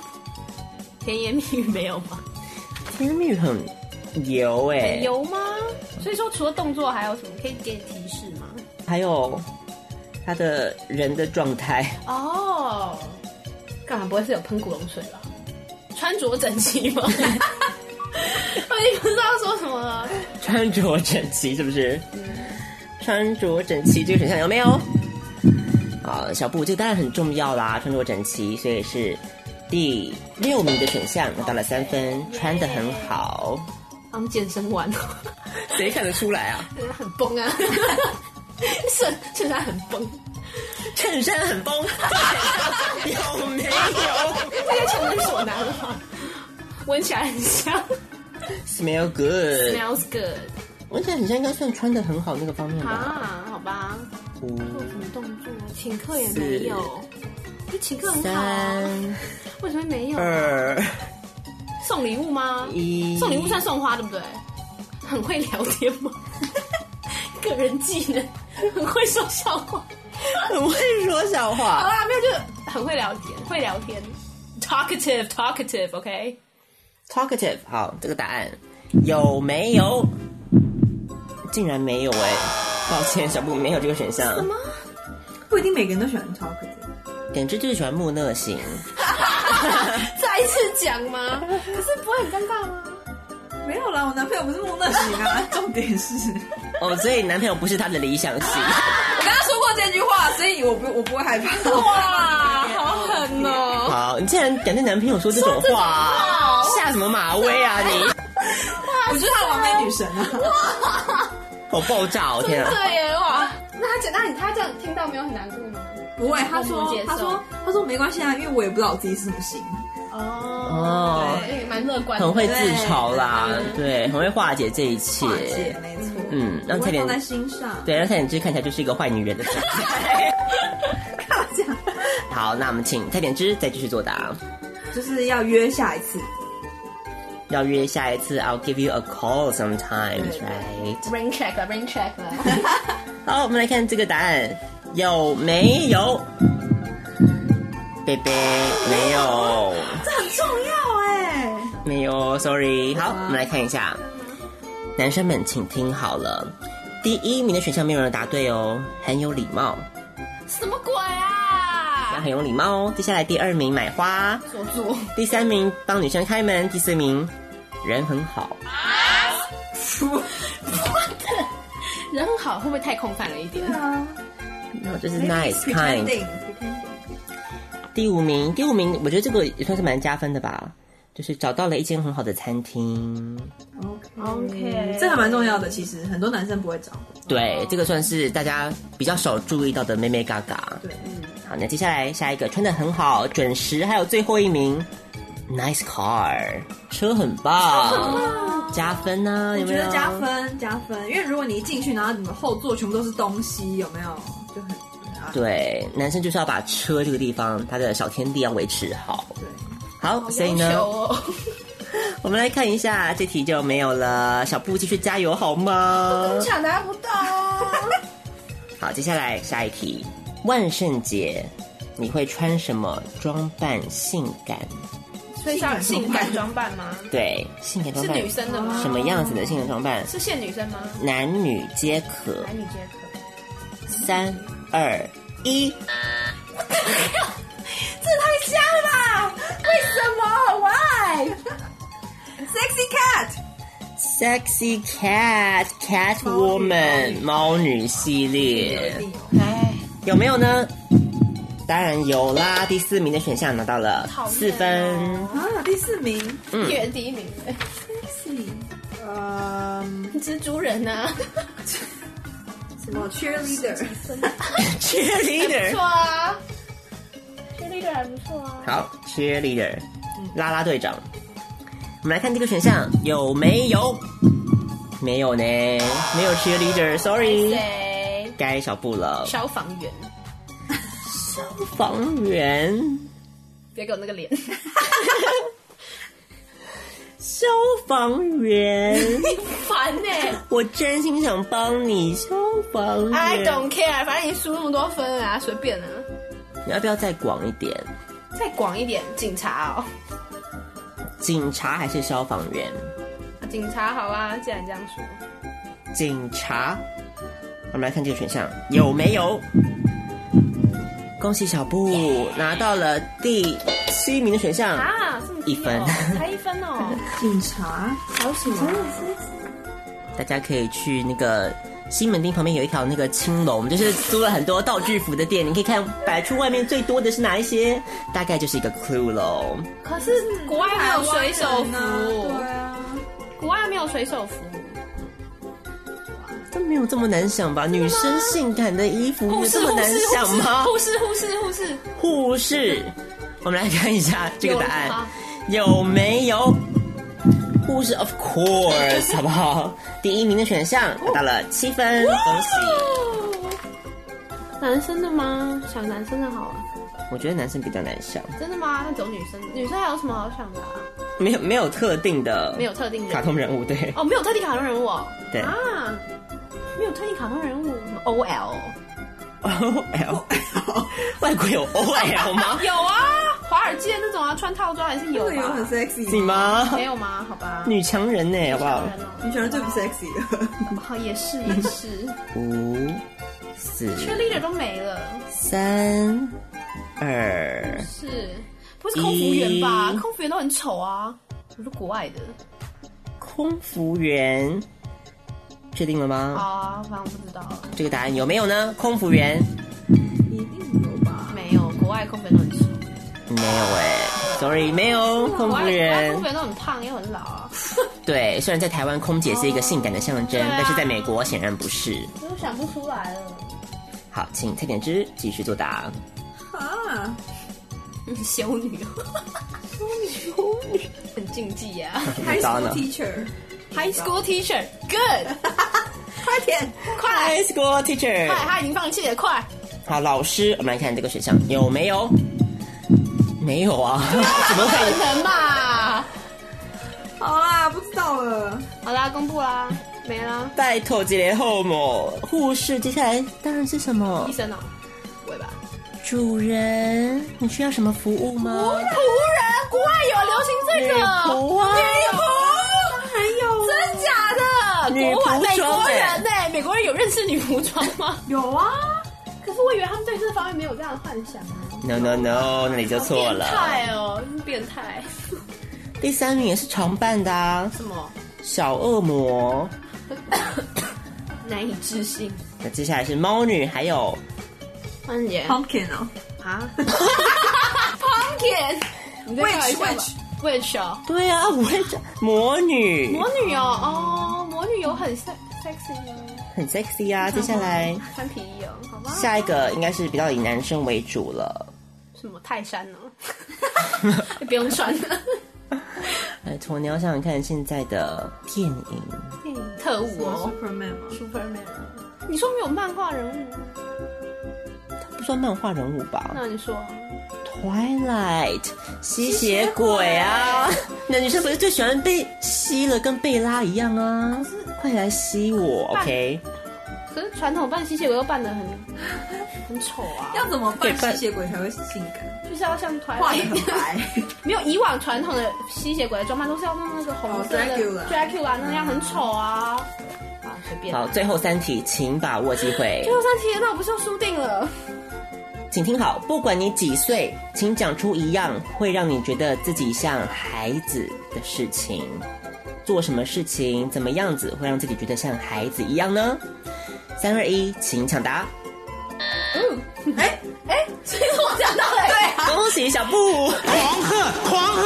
Speaker 5: 甜言蜜语没有吗？
Speaker 3: 甜蜜很油哎、
Speaker 5: 很油吗？所以说，除了动作，还有什么可以给你提示吗？
Speaker 3: 还有他的人的状态， *laughs*
Speaker 5: 哦，干嘛不会是有喷古龙水吧？穿着整齐 *laughs* 吗？我已经不知道说什么了。
Speaker 3: 穿着整齐是不是？穿着整齐这个选项有没有？好，小布这个当然很重要啦，穿着整齐，所以是第六名的选项，拿到了三分，穿的很好。
Speaker 5: 他们健身完了，
Speaker 3: *laughs* 谁看得出来啊？
Speaker 5: *laughs* 很崩 *laughs* 啊，衬衬衫很崩，
Speaker 3: 衬衫很 *laughs* 崩，有没有
Speaker 5: 这个穷人所难忘，闻起来很香
Speaker 3: ？Smell good，
Speaker 5: ，smells good
Speaker 3: 我想你现在应该算穿的很好那个方面吧。
Speaker 5: 啊，好吧，
Speaker 3: 五、
Speaker 5: 什么动作？请客也没有，就请客很好啊，
Speaker 3: 三、
Speaker 5: 为什么没有啊？
Speaker 3: 二、
Speaker 5: 送礼物吗？
Speaker 3: 一，
Speaker 5: 送
Speaker 3: *laughs*
Speaker 5: 礼物算送花对不对？很会聊天吗？ *laughs* 个人技能，很会说笑话。
Speaker 3: 很会说笑
Speaker 5: 好
Speaker 3: 话。
Speaker 5: 啦，没有就很会聊天，会聊天，talkative，talkative，OK、
Speaker 3: Talkative，好，这个答案有没有？竟然没有哎、抱歉，小布没有这个选项。
Speaker 7: 不一定每个人都喜欢超可爱。
Speaker 3: 简直就是喜欢木讷型，
Speaker 5: 再一次讲吗？
Speaker 7: 没有啦，我男朋友不是木讷型 *laughs* 啊，重点是
Speaker 3: 哦，所以男朋友不是他的理想型。
Speaker 6: 我跟他说过这句话，所以
Speaker 7: 我不我不会害怕。
Speaker 5: 哇，好狠
Speaker 3: *laughs*
Speaker 5: 哦！
Speaker 3: 好，你竟然敢对男朋友说这种话啊，下什么马威啊 *laughs* 你？
Speaker 7: 我就是他完美女神啊！
Speaker 3: 好爆炸哦！天啊，
Speaker 5: 对耶，哇，
Speaker 7: 那他讲，那你他这样听到没有很难过吗？不会，他
Speaker 5: 我
Speaker 7: 说
Speaker 5: 能接受
Speaker 7: 他说他说没关系啊，因为我也不知道我自己是什么型。
Speaker 3: 哦，
Speaker 5: 对，蛮乐观的，
Speaker 3: 很会自嘲啦，对，很会化解这一切。
Speaker 7: 化解没错，
Speaker 3: 嗯让
Speaker 7: 不
Speaker 3: 蔡
Speaker 7: 会
Speaker 3: 莲
Speaker 7: 放在心上。
Speaker 3: 对，让蔡点之看起来就是一个坏女人的状 *laughs* 态。
Speaker 7: 他讲
Speaker 3: 好，那我们请蔡点之再继续作答。
Speaker 7: 就是要约下一次，
Speaker 3: 要约下一次，I'll give you a call sometimes,
Speaker 7: 对
Speaker 3: right？
Speaker 5: rain check 了，rain check *laughs* 了。
Speaker 3: 好，我们来看这个答案有没有？贝贝没有，
Speaker 7: 很重要哎。
Speaker 3: 没有，sorry。好，我们来看一下，男生们请听好了，第一名的选项没有人答对哦，很有礼貌，
Speaker 5: 什么鬼
Speaker 3: 那
Speaker 5: 啊？
Speaker 3: 很有礼貌哦。接下来第二名买花，
Speaker 5: 佐助，
Speaker 3: 第三名帮女生开门，第四名人很好，
Speaker 5: 人好会不会太空泛了一点？
Speaker 3: 然后就是 nice kind。
Speaker 7: Pretending，
Speaker 3: 第五名，第五名，我觉得这个也算是蛮加分的吧，就是找到了一间很好的餐厅。
Speaker 5: OK，
Speaker 7: 这还蛮重要的。其实很多男生不会找，
Speaker 3: 对，这个算是大家比较少注意到的妹妹嘎嘎。
Speaker 7: 对，
Speaker 3: 好，那接下来下一个穿的很好，准时，还有最后一名，nice car，车很棒，加分呢、有
Speaker 7: 我
Speaker 3: 没
Speaker 7: 觉
Speaker 3: 有
Speaker 7: 得加？分加分，因为如果你一进去，然后你的后座全部都是东西，有没有就很啊
Speaker 3: 对，男生就是要把车这个地方，他的小天地要维持好。好，所以呢， *laughs* 我们来看一下这题就没有了。小布继续加油好吗？
Speaker 7: 抢答不到啊！
Speaker 3: 好，接下来下一题，万圣节你会穿什么装扮性感？
Speaker 5: 啊所以是要性感装扮吗？
Speaker 3: 对，性感装
Speaker 5: 是
Speaker 3: 扮
Speaker 5: 女生的吗？
Speaker 3: 什么样子的性感装扮？
Speaker 5: 是限女生吗？
Speaker 3: 男女皆可。
Speaker 5: 男女皆可。
Speaker 3: 三二一，
Speaker 7: Sexy Cat，
Speaker 3: Sexy Cat Cat Woman 猫女系列，
Speaker 7: 有
Speaker 3: 哎，有没有呢？当然有啦，第四名的选项拿到了四分。
Speaker 7: 啊，第四名，
Speaker 5: 你也 *laughs* 第一名，
Speaker 7: 嗯，
Speaker 5: 蜘蛛人呐、啊，
Speaker 7: 什么 cheerleader？
Speaker 3: cheerleader，
Speaker 5: 错啊，这 e a 还不错啊。
Speaker 3: 好，cheerleader，拉拉队长。我们来看这个选项有没有？没有呢，没有 cheerleader，sorry，
Speaker 5: 谁？
Speaker 3: 该小布了。
Speaker 5: 消防员，
Speaker 3: 房源，
Speaker 5: 别给我那个脸，
Speaker 3: 消防员，
Speaker 5: 烦呢、
Speaker 3: 我真心想帮你，消防员。
Speaker 5: I don't care，反正你输那么多分啊，随便啊。
Speaker 3: 你要不要再广一点？
Speaker 5: 再广一点，警察哦，
Speaker 3: 警察还是消防员？
Speaker 5: 警察好啊，既然你这样说，
Speaker 3: 警察。我们来看这个选项有没有？恭喜小布拿到了第七名的选项。
Speaker 5: 啊，这么低哦
Speaker 3: 一分
Speaker 5: 才一分
Speaker 3: *laughs*
Speaker 5: 哦。
Speaker 7: 警察？还有什么？
Speaker 3: 大家可以去那个西门町旁边有一条那个青楼，我们就是租了很多道具服的店，你可以看摆出外面最多的是哪一些，大概就是一个 clue 喽。
Speaker 5: 可是国外没有水手
Speaker 7: 台湾人
Speaker 5: 服
Speaker 7: 啊，对啊，
Speaker 5: 国外没有水手服，
Speaker 3: 这没有这么难想吧？女生性感的衣服有
Speaker 5: 护
Speaker 3: 这
Speaker 5: 士
Speaker 3: 么
Speaker 5: 护
Speaker 3: 难
Speaker 5: 士
Speaker 3: 想吗？
Speaker 5: 护士护士护士，
Speaker 3: 护士，我们来看一下这个答
Speaker 5: 有吗
Speaker 3: 案有没有？护士，of course，好不好？ *laughs* 第一名的选项拿到了七分，恭喜！
Speaker 5: 男生的吗？想男生的好啊，
Speaker 3: 我觉得男生比较难想，
Speaker 5: 真的吗？那种女生，女生还有什么好想的啊？
Speaker 3: 没有没有特定的，
Speaker 5: 没有特定人
Speaker 3: 卡通人物，对
Speaker 5: 哦，没有特定卡通人物哦。
Speaker 3: 对
Speaker 5: 啊，没有特定卡通人物什么，OL
Speaker 3: O L，外国有 O L 吗？
Speaker 5: 有啊，华尔街那种啊，穿套装也是有
Speaker 7: 这个有
Speaker 5: 吧
Speaker 7: 很？sexy
Speaker 3: 你
Speaker 7: 吗？
Speaker 3: 吗
Speaker 5: *laughs* 没？有吗？好吧，
Speaker 3: 女强人呢，好不好
Speaker 5: 好？人哦
Speaker 7: 女强人最不 sexy 的。
Speaker 5: 好也是也是，
Speaker 3: 五、四、
Speaker 5: 缺 leader 都没了，
Speaker 3: 三、二，
Speaker 5: 是不是空服员吧？
Speaker 3: 一
Speaker 5: 空服员都很丑啊，我是国外的
Speaker 3: 空服员，确定了吗？
Speaker 5: 啊，反正我不知道，
Speaker 3: 这个答案有没有呢？空服员
Speaker 5: 没有，国外空服员都很丑，
Speaker 3: 没有哎、s o r r y 没有空
Speaker 5: 国
Speaker 3: 服
Speaker 5: 外国外
Speaker 3: 员
Speaker 5: 空服。员都很胖又很老啊，
Speaker 3: 对，虽然在台湾空姐是一个性感的象征，
Speaker 5: 对啊
Speaker 3: 但是在美国显然不是。
Speaker 5: 我都想不出来了。
Speaker 3: 好，请蔡点之继续作答。
Speaker 7: 啊，
Speaker 5: 嗯修女，修女，很竞技呀、啊。
Speaker 7: 还
Speaker 3: 你
Speaker 7: 是
Speaker 3: 答呢
Speaker 7: teacher，
Speaker 5: High school teacher, good，
Speaker 7: 快点，
Speaker 5: 快
Speaker 3: High school teacher，
Speaker 5: 快，他已经放弃了，快！
Speaker 3: 好，老师，我们来看这个选项有没有？没有 *laughs* 啊，怎么
Speaker 5: 不
Speaker 3: 会？
Speaker 5: 能吧？
Speaker 7: 好啦，不知道了。
Speaker 5: 好啦，公布啦，没啦，
Speaker 3: 拜托，几年后么？护士，接下来当然是什么
Speaker 5: 医？生哦，不会吧？
Speaker 3: 主人，你需要什么服务吗？
Speaker 5: 仆人，国外有流行这个
Speaker 3: 女仆啊
Speaker 5: 女仆，还有真假的？
Speaker 3: 女
Speaker 5: 国外
Speaker 3: 仆
Speaker 5: 美
Speaker 3: 装
Speaker 5: 国
Speaker 3: 欸
Speaker 5: 人呢、美国人有认识女仆装吗？哎有啊，可是我以为他们对这方面没有这样的幻想啊。
Speaker 3: No no no，那你就错
Speaker 5: 变
Speaker 3: 了。
Speaker 5: 态哦，变态！
Speaker 3: 第三名也是常办的啊，
Speaker 5: 什么
Speaker 3: 小恶魔。
Speaker 5: 难以置信？
Speaker 3: 那接下来是猫女，还有
Speaker 5: 安姐
Speaker 7: Pumpkin 哦，
Speaker 5: 啊，Pumpkin，你再开玩笑吧 Witch 哦，
Speaker 3: 对啊，我会讲魔女，
Speaker 5: 魔女哦，哦，魔女有很 se- sexy 吗？
Speaker 3: 很 sexy 啊。接下来
Speaker 5: 穿皮衣哦，好吧。
Speaker 3: 下一个应该是比较以男生为主了。
Speaker 5: 什么泰山呢？不用穿 *laughs* 了。
Speaker 3: 呃，鸵鸟想想看现在的电影，
Speaker 5: 特务哦
Speaker 7: Superman 吗？
Speaker 5: ，Superman 啊。你说没有漫画人物，
Speaker 3: 它不算漫画人物吧
Speaker 5: 那你说啊
Speaker 3: ？Twilight 吸血鬼啊，那女生不是最喜欢被吸了，跟贝拉一样啊？快来吸我，OK？
Speaker 5: 可是传统扮吸血鬼又扮的很 *laughs* 很丑啊，
Speaker 7: 要怎么
Speaker 3: 对
Speaker 7: 扮
Speaker 3: 扮
Speaker 7: 吸血鬼才会性感？
Speaker 5: 就是要像团
Speaker 7: 画的很 *laughs* 白，
Speaker 5: *laughs* 没有以往传统的吸血鬼的装扮都是要弄那个红色的
Speaker 7: 哦
Speaker 5: Dracula 那样很丑啊，啊随便。
Speaker 3: 好，最后三题，请把握机会
Speaker 5: 最。后三题，那我不是又输定了？
Speaker 3: 请听好，不管你几岁，请讲出一样会让你觉得自己像孩子的事情。做什么事情，怎么样子会让自己觉得像孩子一样呢？三二一，请抢答。
Speaker 5: 嗯，哎哎，所以我讲到了，对啊，
Speaker 3: *laughs* 恭喜小布，
Speaker 9: 狂喝，狂喝！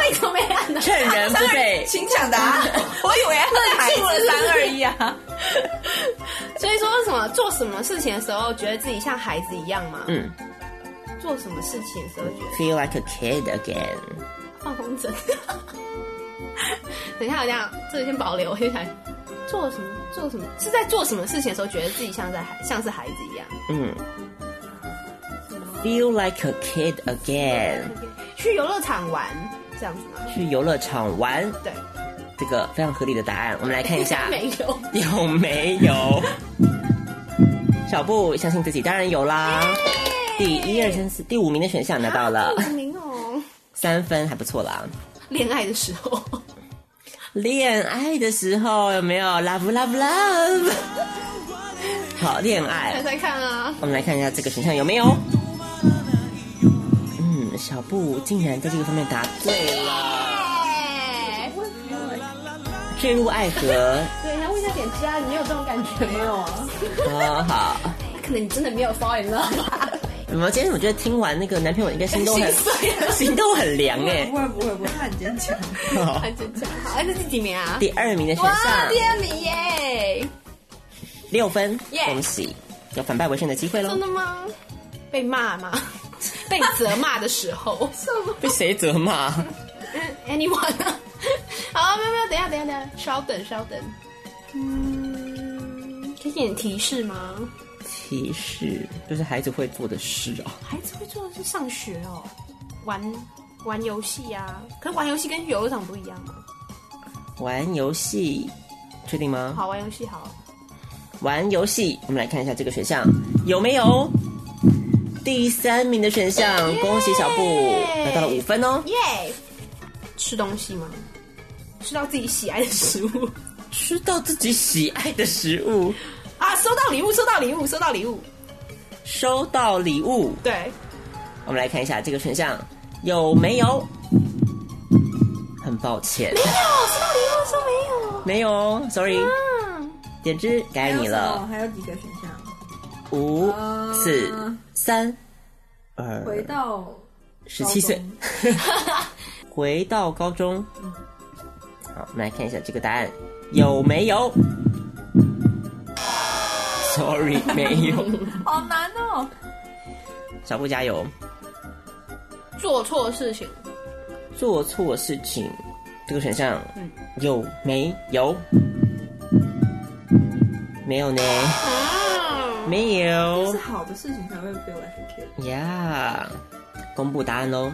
Speaker 5: 为什么没按呢？
Speaker 3: 趁 *laughs* 人不备。
Speaker 6: 请抢
Speaker 7: *laughs*
Speaker 6: 答，我以为他
Speaker 5: 愣
Speaker 6: 是
Speaker 5: 住了
Speaker 6: 三二一啊，
Speaker 5: *laughs* 所以说为什么做什么事情的时候觉得自己像孩子一样嘛？
Speaker 3: 嗯
Speaker 5: 做什么事情的时候觉得
Speaker 3: ，feel like a kid again。
Speaker 5: 放风筝。 *laughs* 等一下，我讲这个先保留，我先想做什么做什么是在做什么事情的时候觉得自己像在孩像是孩子一样，
Speaker 3: 嗯，feel like a kid again。
Speaker 5: 去游乐场玩这样子吗？
Speaker 3: 去游乐场玩，
Speaker 5: 对，
Speaker 3: 这个非常合理的答案。我们来看一下 *laughs*
Speaker 5: 没有。
Speaker 3: 有没有。小布相信自己，当然有啦。第一、二、三、四，第五名的选项拿到
Speaker 5: *laughs*
Speaker 3: 了
Speaker 5: 零哦，
Speaker 3: 三分，还不错啦。
Speaker 5: 恋爱的时候， *laughs*
Speaker 3: 恋爱的时候有没有 love love love？好，恋
Speaker 5: 猜
Speaker 3: 爱，
Speaker 5: 猜看啊，
Speaker 3: 我们来看一下这个选项有没有。嗯，小布竟然在这个方面答对了，
Speaker 5: 哎，
Speaker 3: 坠入爱河。
Speaker 7: 对，还问一下点
Speaker 5: 啊
Speaker 7: 家，你有这种感觉没有啊？
Speaker 3: 哦，
Speaker 5: *laughs*
Speaker 3: 好。
Speaker 5: 可能你真的没有 fall in love 吧？
Speaker 3: 怎么？今天我觉得听完那个男朋友应该心都很
Speaker 5: 心碎
Speaker 3: 心都很凉哎
Speaker 5: *laughs*
Speaker 7: 不。会不会不会，他很坚强。
Speaker 3: 好
Speaker 5: 还真假？好，哎，这是几名啊？
Speaker 3: 第二名的选
Speaker 5: 哇，
Speaker 3: 项
Speaker 5: 第二名耶！
Speaker 3: 六分，
Speaker 5: 耶
Speaker 3: 恭喜，有反败为胜的机会喽
Speaker 5: 真。的吗？被骂 *laughs* 吗？被责骂的时候？什么
Speaker 3: 被谁责骂？
Speaker 5: ？Anyone 啊？ *laughs* 好，没有没有，等一下等一下等一下，稍等稍等。嗯，可以给你提示吗？
Speaker 3: 提示就是孩子会做的事哦。
Speaker 5: 孩子会做的是上学哦，玩玩游戏啊。可是玩游戏跟游乐场不一样啊吗？
Speaker 3: 玩游戏，确定吗？
Speaker 5: 好，玩游戏好。
Speaker 3: 玩游戏，我们来看一下这个选项有没有。第三名的选项，恭喜小布拿到了五分哦。
Speaker 5: 耶、吃东西吗？吃到自己喜爱的食物
Speaker 3: 吃到自己喜爱的食物，
Speaker 5: 啊！收到礼物，收到礼物，收到礼物。
Speaker 3: 收到礼物。
Speaker 5: 对，
Speaker 3: 我们来看一下这个选项有没有。很抱歉，没有，收到礼物说没有，没有哦，sorry，点之该你
Speaker 7: 哦，
Speaker 3: 了，
Speaker 7: 还有几个选项？
Speaker 3: 五、
Speaker 7: 嗯
Speaker 3: 四、三、二，
Speaker 7: 回到
Speaker 3: 十七岁
Speaker 7: 高中，
Speaker 3: 回到高中。好，我们来看一下这个答案有没 *laughs* 有？Sorry，没有，
Speaker 7: 好难哦。
Speaker 3: 小布加油，
Speaker 5: 做错事情，
Speaker 3: 做错事情这个选项有没有？没有呢，
Speaker 5: 啊
Speaker 3: 没有
Speaker 7: 是好的事情才会被我来 care。
Speaker 3: 呀。公布答案喽，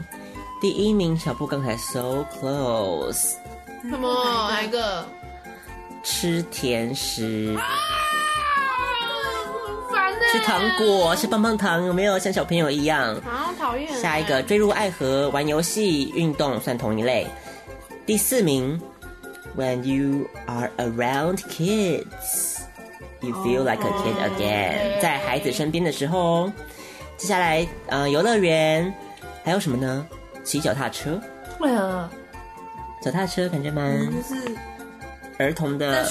Speaker 3: 第一名小布刚才 so close，
Speaker 5: 什么哪一个？
Speaker 3: 吃甜食，
Speaker 5: 啊烦欸呢、
Speaker 3: 吃糖果，吃棒棒糖，有没有像小朋友一样？
Speaker 5: 啊，讨厌。
Speaker 3: 下一个坠入爱河、玩游戏、运动算同一类。第四名，When you are around kids, you feel like a kid again，、在孩子身边的时候哦。接下来，呃，游乐园还有什么呢？骑脚踏车，
Speaker 5: 为何？
Speaker 3: 脚踏车感觉蛮
Speaker 7: 就是
Speaker 3: 儿童的。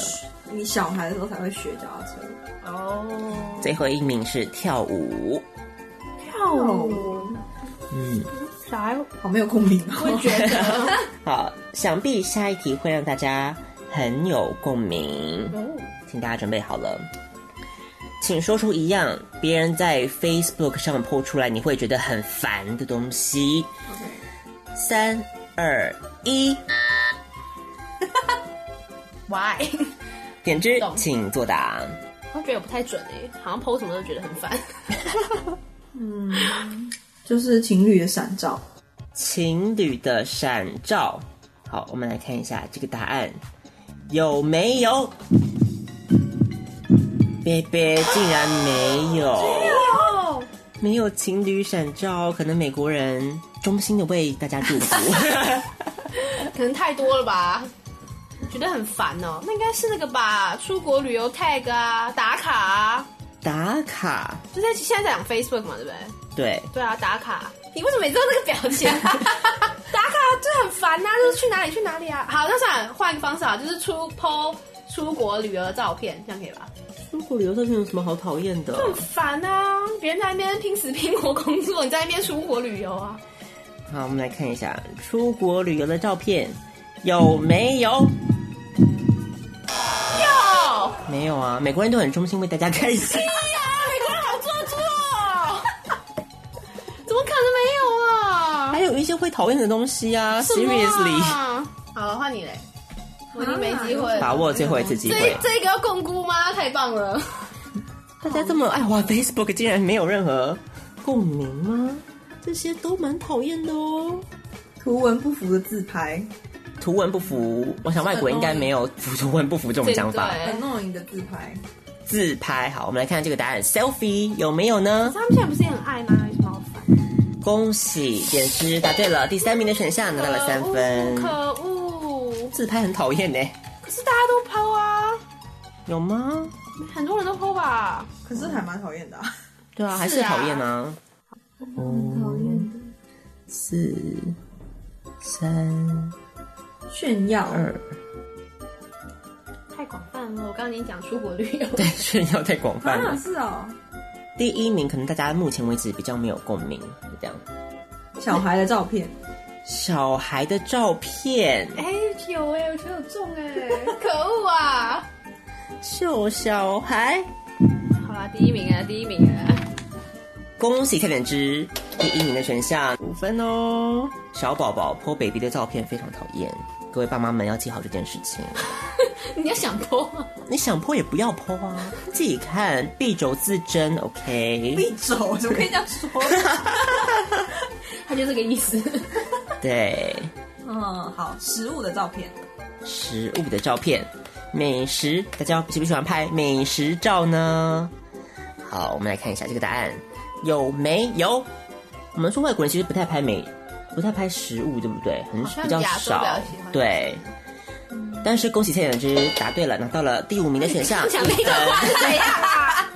Speaker 7: 你小孩的时候才会学脚踏车，
Speaker 5: 哦，
Speaker 3: 最后一名是跳舞，
Speaker 5: 跳
Speaker 7: 哦
Speaker 5: 舞，
Speaker 3: 嗯，
Speaker 5: 小孩
Speaker 7: 好没有共鸣 *laughs* 哦。
Speaker 5: 会觉得
Speaker 3: 好，想必下一题会让大家很有共鸣，
Speaker 5: 哦
Speaker 3: 请大家准备好了，请说出一样别人在 Facebook 上 po 出来你会觉得很烦的东西。三二一，
Speaker 5: why？
Speaker 3: 点之
Speaker 5: 懂，
Speaker 3: 请作答。
Speaker 5: 我觉得也不太准哎、好像 PO 什么都觉得很 *laughs* 烦。
Speaker 7: 就是情侣的闪照，
Speaker 3: 情侣的闪照，好，我们来看一下这个答案有没有。贝贝竟然没有。没有情侣闪照，可能美国人衷心的为大家祝福。 *laughs*
Speaker 5: 可能太多了吧，觉得很烦哦。那应该是那个吧，出国旅游 tag 啊，打卡啊，
Speaker 3: 打卡，
Speaker 5: 就在现在在讲 Facebook 嘛，对不对？
Speaker 3: 对，
Speaker 5: 对啊，打卡。你为什么每次都这个表 *laughs* 情？啊打卡这很烦呐、就是去哪里去啊哪里啊。好，那算了，换一个方式啊，就是出 PO 出国旅游的照片，这样可以吧？
Speaker 3: 中国留学生有什么好讨厌的？
Speaker 5: 烦啊！别人在那边拼死拼活工作，你在那边出国旅游啊？
Speaker 3: 好，我们来看一下出国旅游的照片，有没有？
Speaker 5: 有。
Speaker 3: 没有啊，美国人都很衷心为大家开 *laughs* 心。
Speaker 5: 哎呀，美国人好做作哦！ *laughs* 怎么可能没有啊？
Speaker 3: 还有一些会讨厌的东西啊，Seriously，
Speaker 5: 好了，换你嘞，我已经没机会
Speaker 3: 把
Speaker 5: 了。
Speaker 3: 握最后一次机
Speaker 5: 这
Speaker 3: 会。
Speaker 5: 这个要共估吗？太棒了！
Speaker 3: 大家这么爱玩 Facebook，竟然没有任何共鸣吗？这些都蛮讨厌的哦。
Speaker 7: 图文不符的自拍，
Speaker 3: 图文不符，我想外国应该没有图文不符这种讲法。
Speaker 5: 对
Speaker 7: 很弄你的自拍，
Speaker 3: 自拍，好，我们来看这个答案，selfie 有没有呢？
Speaker 5: 他们现在不是也很爱吗？有什么好烦？
Speaker 3: 恭喜，点之答对了，第三名的选项拿到了三分。
Speaker 5: 可恶！
Speaker 3: 自拍很讨厌呢，
Speaker 5: 可是大家都抛啊，
Speaker 3: 有吗？
Speaker 5: 很多人都抛吧？
Speaker 7: 可是还蛮讨厌的、啊。
Speaker 3: 对啊，还是
Speaker 5: 是啊
Speaker 3: 讨厌啊。讨厌的。四、三、
Speaker 7: 炫耀，
Speaker 3: 二，
Speaker 5: 太广泛了，我刚刚已经讲出国旅游。
Speaker 3: 对，炫耀太广泛
Speaker 7: 啊
Speaker 3: 了。
Speaker 7: 是哦，
Speaker 3: 第一名可能大家目前为止比较没有共鸣，是这样。
Speaker 7: 小孩的照 *laughs* 片，
Speaker 3: 小孩的照片，
Speaker 5: 哎，有哎，我觉得有中哎，可恶啊！
Speaker 3: 秀小孩，
Speaker 5: 好啦，第一名啊，第一名啊！
Speaker 3: 恭喜蔡点之，第一名的选项五分哦。小宝宝 po baby 的照片非常讨厌，各位爸妈们要记好这件事情。
Speaker 5: 你要想 *laughs* 剖吗？
Speaker 3: 你想 po 也不要 po 啊，自己看，敝帚自珍，OK？
Speaker 7: 一手怎么可以这样说？
Speaker 5: 他就这个意思。
Speaker 3: 对，
Speaker 7: 嗯，好，食物的照片，
Speaker 3: 食物的照片，美食，大家喜不喜欢拍美食照呢？好，我们来看一下这个答案有没有。我们说外国人其实不太拍美，不太拍食物，对不对？很
Speaker 5: 像
Speaker 3: 比较
Speaker 5: 亚洲比较
Speaker 3: 少
Speaker 5: 喜欢，
Speaker 3: 对。但是恭喜蔡远之答对了，拿到了第五名的选项。
Speaker 5: 讲那段话是怎样啊？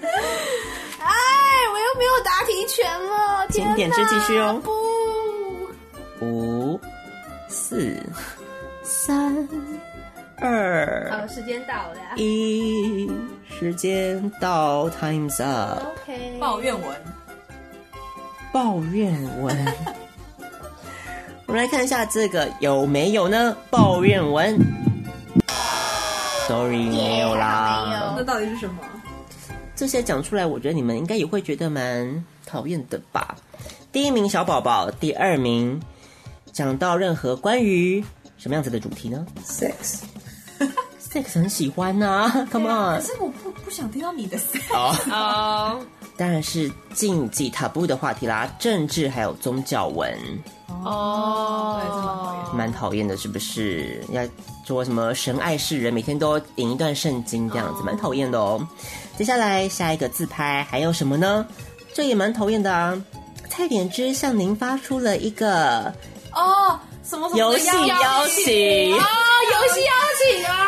Speaker 5: 哎，我又没有答题权了，
Speaker 3: 请
Speaker 5: 天
Speaker 3: 点
Speaker 5: 哪
Speaker 3: 之继续哦
Speaker 5: 不，
Speaker 3: 五、四、三、二、
Speaker 5: 好，时间到了啊。
Speaker 3: 一，时间到，Time's up。
Speaker 5: OK，
Speaker 7: 抱怨文，
Speaker 3: 抱怨文。 *laughs* 我们来看一下这个有没有呢？抱怨文，sorry 没有啦。
Speaker 7: 那到底是什么？
Speaker 3: 这些讲出来，我觉得你们应该也会觉得蛮讨厌的吧。第一名小宝宝，第二名讲到任何关于什么样子的主题呢
Speaker 7: sex，
Speaker 3: ？sex 很喜欢呐、c *laughs* o m
Speaker 7: 哎可
Speaker 3: on。
Speaker 7: 是我不不想听到你的 sex，
Speaker 3: 好，
Speaker 5: 哦
Speaker 3: 当然是禁忌 taboo 的话题啦，政治还有宗教文。
Speaker 7: 对这蛮讨
Speaker 5: 哦，
Speaker 3: 蛮讨厌的，是不是？要说什么神爱世人，每天都引一段圣经这样子，蛮讨厌的哦。接下来下一个自拍还有什么呢？这也蛮讨厌的啊。蔡点之向您发出了一个
Speaker 7: 哦，什么什么
Speaker 3: 游戏邀请，
Speaker 5: 啊游戏邀请啊！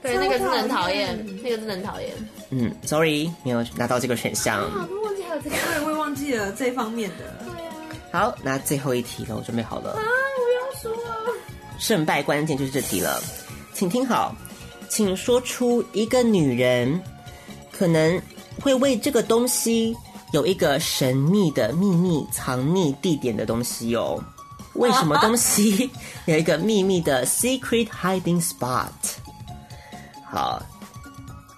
Speaker 5: 对，那个真的很讨厌，那个真的很讨厌。
Speaker 3: 嗯，sorry，没有拿到这个选项。
Speaker 5: 忘记还有这个
Speaker 7: 我也会忘记了这方面的，
Speaker 3: 好，那最后一题了，我准备好了。
Speaker 5: 啊！我要输了。
Speaker 3: 胜败关键就是这题了，请听好，请说出一个女人可能会为这个东西有一个神秘的秘密藏匿地点的东西哦。为什么东西有一个秘密的 secret hiding spot？好，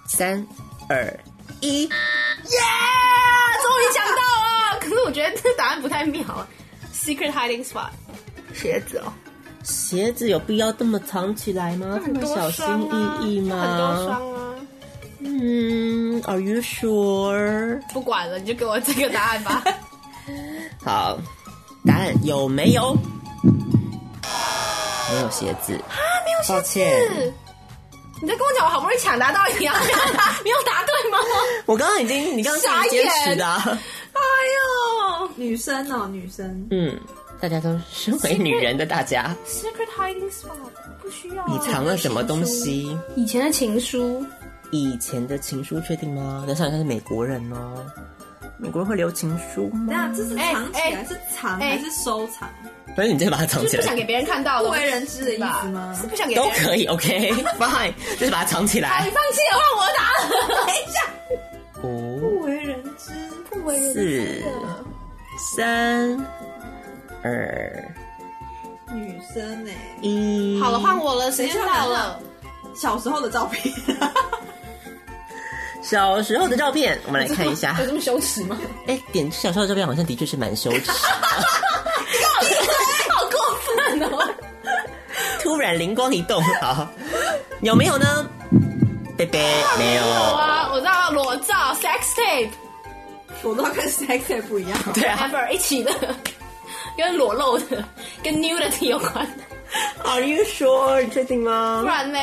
Speaker 3: 三二一，
Speaker 5: 终于想到了，可是我觉得这答案不太妙。Secret 啊 hiding spot，鞋子哦，
Speaker 3: 鞋子有必要这么藏起来吗？这么小心翼翼吗？
Speaker 5: 很多双啊，
Speaker 3: 嗯，Are you sure？
Speaker 5: 不管了，你就给我这个答案 *laughs* 吧。
Speaker 3: 好，答案有没有？没有鞋子啊，没有鞋子。抱歉，
Speaker 5: 你在跟我讲，我好不容易抢答到一 *laughs* 样，你啊有答对吗？
Speaker 3: 我刚刚已经，你刚刚
Speaker 5: 傻
Speaker 3: 是
Speaker 5: 眼
Speaker 3: 坚持的啊。
Speaker 5: 哎呦
Speaker 7: 女生哦，女生，
Speaker 3: 嗯，大家都身为女人的大家，
Speaker 5: ，Secret hiding spot 不需要啊。
Speaker 3: 你藏了什么东西？
Speaker 5: 以前的情书？
Speaker 3: 以前的情书确定吗？但想他是美国人哦，美国人会留情书吗？
Speaker 7: 那这是藏起
Speaker 5: 哎
Speaker 7: 来是藏还
Speaker 5: 哎
Speaker 7: 是收藏？
Speaker 3: 但是你直接把它藏
Speaker 5: 就是
Speaker 3: 起
Speaker 5: 不想
Speaker 3: 来
Speaker 5: 给别人看到
Speaker 7: 不
Speaker 5: 的，
Speaker 7: 为人知的意思吗
Speaker 5: 是不想给别
Speaker 3: 都
Speaker 5: 人
Speaker 3: 可以，OK，fine，就是 *laughs* 把它藏起
Speaker 5: 哎，
Speaker 3: 来
Speaker 5: 你。放弃了，换我打 *laughs* 了。等一下，
Speaker 3: 五、
Speaker 7: 不为人知，
Speaker 5: 不为人
Speaker 3: 四、三、二、
Speaker 7: 女生哎、
Speaker 3: 一。
Speaker 5: 好了，换我了，时间到了。
Speaker 7: 小时候的照片， *laughs*
Speaker 3: 小时候的照片，我们来看一下。
Speaker 5: 有这么羞耻吗？
Speaker 3: 哎，点小时候的照片好像的确是蛮羞 *laughs* 耻。
Speaker 5: 好过分哦！ *laughs*
Speaker 3: 突然灵光一动，好，有没有呢？贝贝没有。
Speaker 5: 有啊，我知道裸照、sex tape、
Speaker 7: 我都要跟 sex 也不一样。
Speaker 3: 对啊
Speaker 5: ever 一起的， *laughs* 跟裸露的、跟 nudity 有关，
Speaker 3: *laughs* ，Are you sure？你确定吗
Speaker 5: 不？然呢？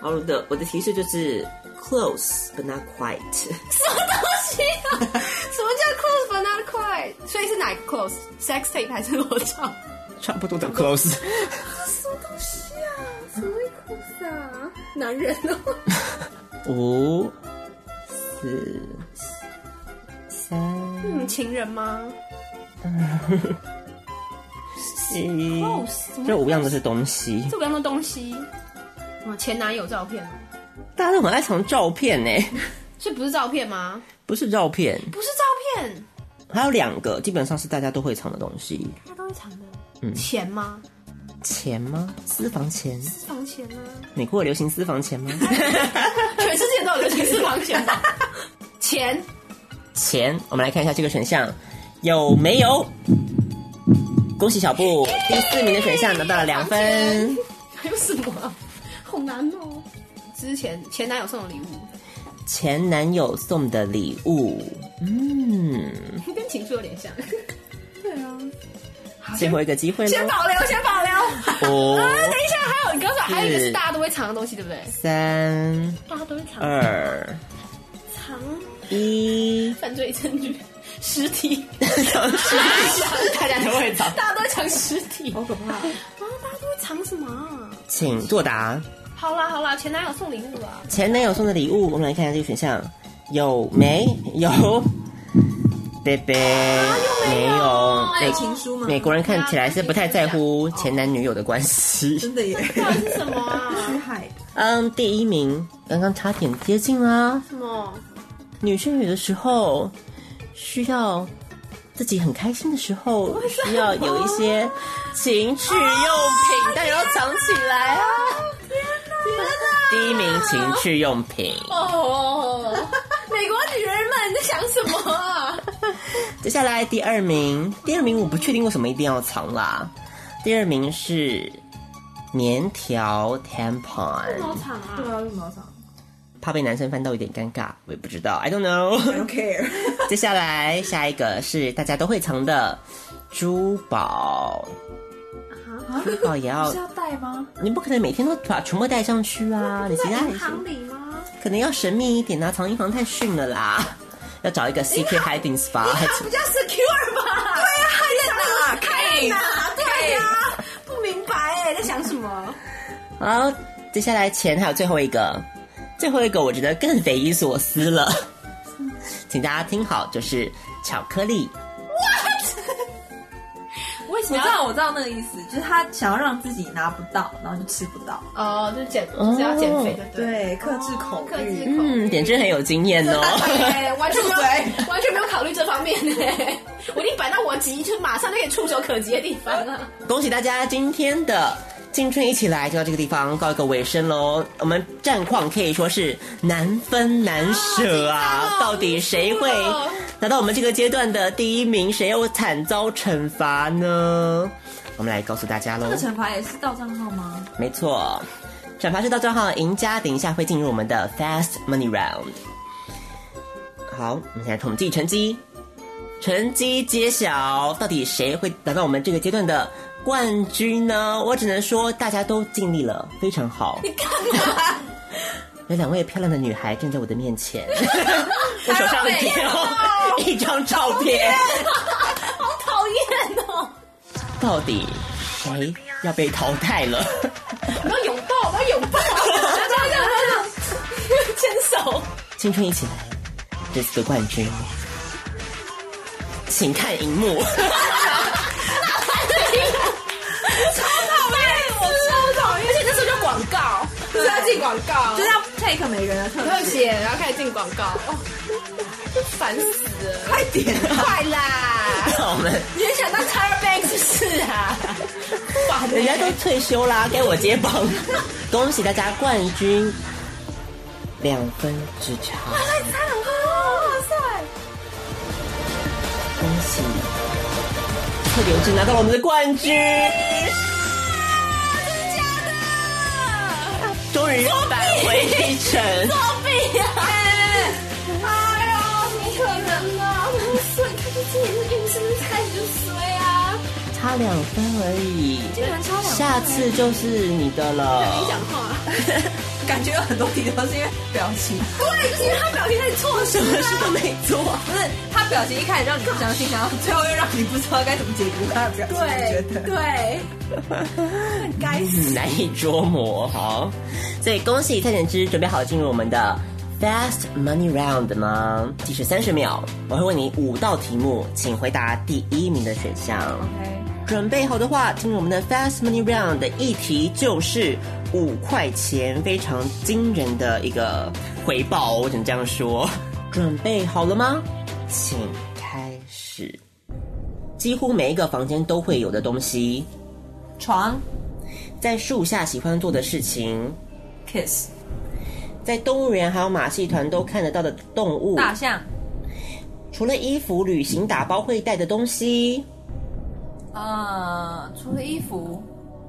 Speaker 3: 好我的，我的提示就是 close but not quite。
Speaker 5: 什么东西啊？什么叫 close but not quite？所以是哪个 close？sex tape 还是裸照？
Speaker 3: 差不多的 close。
Speaker 5: 男人哦，
Speaker 3: 五、四、三、
Speaker 5: 嗯，情人吗？
Speaker 3: 一，这五样都是东西。
Speaker 5: 这两样东西，我前男友照片吗？
Speaker 3: 大家都很爱藏照片呢、 *laughs*
Speaker 5: 所以不是照片吗？
Speaker 3: 不是照片，
Speaker 5: 不是照片，
Speaker 3: 还有两个基本上是大家都会藏的东西。
Speaker 5: 他都会藏的。钱吗？
Speaker 3: 钱吗？私房钱？
Speaker 5: 私房钱吗？
Speaker 3: 美国有流行私房钱吗？ *laughs*
Speaker 5: 全世界都有流行私房钱吧？钱
Speaker 3: 钱，我们来看一下这个选项有没有。恭喜小布，第四名的选项拿到了两分。
Speaker 5: 还有什么啊？好难哦。之前前男友送的礼物，
Speaker 3: 前男友送的礼物，嗯，
Speaker 5: 跟情书有点像。
Speaker 3: 最后一个机会
Speaker 5: *laughs* 先
Speaker 3: 喽，
Speaker 5: 保留，先 *laughs* 保留。
Speaker 3: 五、
Speaker 5: 啊，等一下，还有你刚才还有一个是大家都会藏的东西，对不对？啊
Speaker 3: 三、
Speaker 5: 大家都会藏
Speaker 3: 二、
Speaker 5: 藏
Speaker 3: 一，
Speaker 5: 犯罪证据、尸体，
Speaker 3: *laughs* 大家都会找，
Speaker 5: 大家都会藏尸体，好可怕啊！大家都会藏什么啊？
Speaker 3: 请作答。
Speaker 5: 好啦好啦，前男友送礼物啊，
Speaker 3: 前男友送的礼物，我们来看一下这个选项有没有？贝贝没有，
Speaker 7: 爱情书吗？
Speaker 3: 美国人看起来是不太在乎前男女友的关系。
Speaker 7: 真的 *laughs* 耶，
Speaker 5: 到底是什么
Speaker 7: *laughs*
Speaker 5: 啊？
Speaker 7: 海
Speaker 3: 嗯，第一名刚刚差点接近啦。
Speaker 5: *laughs* 什么？
Speaker 3: 女生有的时候需要自己很开心的时候，需要有一些情趣用品，但也要藏起来啊。第一名情趣用品，
Speaker 5: 哦，美国女人们你在想什么啊？
Speaker 3: 接下来第二名，第二名我不确定为什么一定要藏啦。第二名是棉条 tampon，
Speaker 5: 藏啊
Speaker 7: 不知道为什么要唱
Speaker 3: 怕被男生翻到有点尴尬，我也不知道，I don't know。
Speaker 7: ，I don't *laughs* care。
Speaker 3: 接下来下一个是大家都会藏的珠宝，珠宝也要
Speaker 7: 是要带吗？
Speaker 3: 你不可能每天都把全部带上去啊，你其他也行
Speaker 5: 里吗？
Speaker 3: 可能要神秘一点啊，藏银行太逊了啦，要找一个 *laughs* secret hiding spot。
Speaker 7: 要 secure 吧？对呀、还在哪？看哪？对呀、不明白哎，在想什么？
Speaker 3: 好，接下来前还有最后一个，最后一个我觉得更匪夷所思了，请大家听好，就是巧克力。
Speaker 5: 为什
Speaker 7: 我
Speaker 5: 么
Speaker 7: 知
Speaker 5: 要？
Speaker 7: 道，我知道那个意思，就是他想要让自己拿不到，然后就吃不到。
Speaker 5: 哦，就减，只要减肥的，对，
Speaker 7: 对，哦克制口
Speaker 5: 克制
Speaker 7: 欲。
Speaker 5: 口。
Speaker 3: 嗯，点真很有经验
Speaker 5: *laughs*
Speaker 3: 哦。
Speaker 5: 哎，完全没有
Speaker 7: 住嘴
Speaker 5: 完全没有考虑这方面呢、我已经摆到我急，就马上就可以触手可及的地方了。
Speaker 3: 恭喜大家今天的青春一起来就到这个地方告一个尾声喽。我们战况可以说是难分难舍啊，到底谁会拿到我们这个阶段的第一名？谁又惨遭惩罚呢？我们来告诉大家喽
Speaker 7: 这个。惩罚也是到账号吗？
Speaker 3: 没错，转发是到账号赢家，等一下会进入我们的 Fast Money Round。好，我们现在统计成绩，成绩揭晓，到底谁会拿到我们这个阶段的冠军呢？我只能说大家都尽力了，非常好。你干嘛？有两位漂亮的女孩站在我的面 *laughs* 前，我手上只有哦 *laughs* 一张照片，
Speaker 5: 讨厌哦！
Speaker 3: 到底谁要被淘汰了？
Speaker 5: 我要拥抱，我要拥抱，这样这样牵手。
Speaker 3: 青春一起来，这次的冠军， *laughs* 请看荧幕。
Speaker 5: 对
Speaker 7: 哦一个每个人的特
Speaker 5: 特写，然后开始进广告， *laughs* 哦，烦死了！快点，
Speaker 3: 啊
Speaker 5: 快啦！
Speaker 3: 那我们
Speaker 5: *laughs* 你很想当 t y r Banks 是不是啊？哇，
Speaker 3: 人家都退休啦，该我接棒。恭喜大家冠军，两分之差。恭喜！特别志拿到了我们的冠军，终于返回一城。
Speaker 5: 哎呦，怎么可能啊！所以他就今年的运势太就衰啊！
Speaker 3: 差两分而已，
Speaker 6: 超两
Speaker 3: 下次就是你的了。
Speaker 5: 讲话，
Speaker 6: 感觉有很多题都是因为表情，
Speaker 5: 对，就是因为他表情太错失
Speaker 3: 什么事都没做，
Speaker 6: 不是他表情一开始让你不相信，然后最后又让你不知道该怎么解读他的表情，你觉得？
Speaker 5: 对，
Speaker 3: 嗯难以捉摸。好，所以恭喜蔡简之准备好进入我们的 Fast Money Round 吗？计时三十秒，我会问你五道题目，请回答第一名的选项。准备好的话，进入我们的 Fast Money Round 的议题就是五块钱，非常惊人的一个回报哦，我只能这样说。准备好了吗？请开始。几乎每一个房间都会有的东西，
Speaker 6: 床
Speaker 3: 在树下喜欢做的事情，
Speaker 6: kiss
Speaker 3: 在动物园还有马戏团都看得到的动物，
Speaker 6: 大象
Speaker 3: 除了衣服、旅行打包会带的东西，
Speaker 7: 呃
Speaker 6: 啊，除了衣服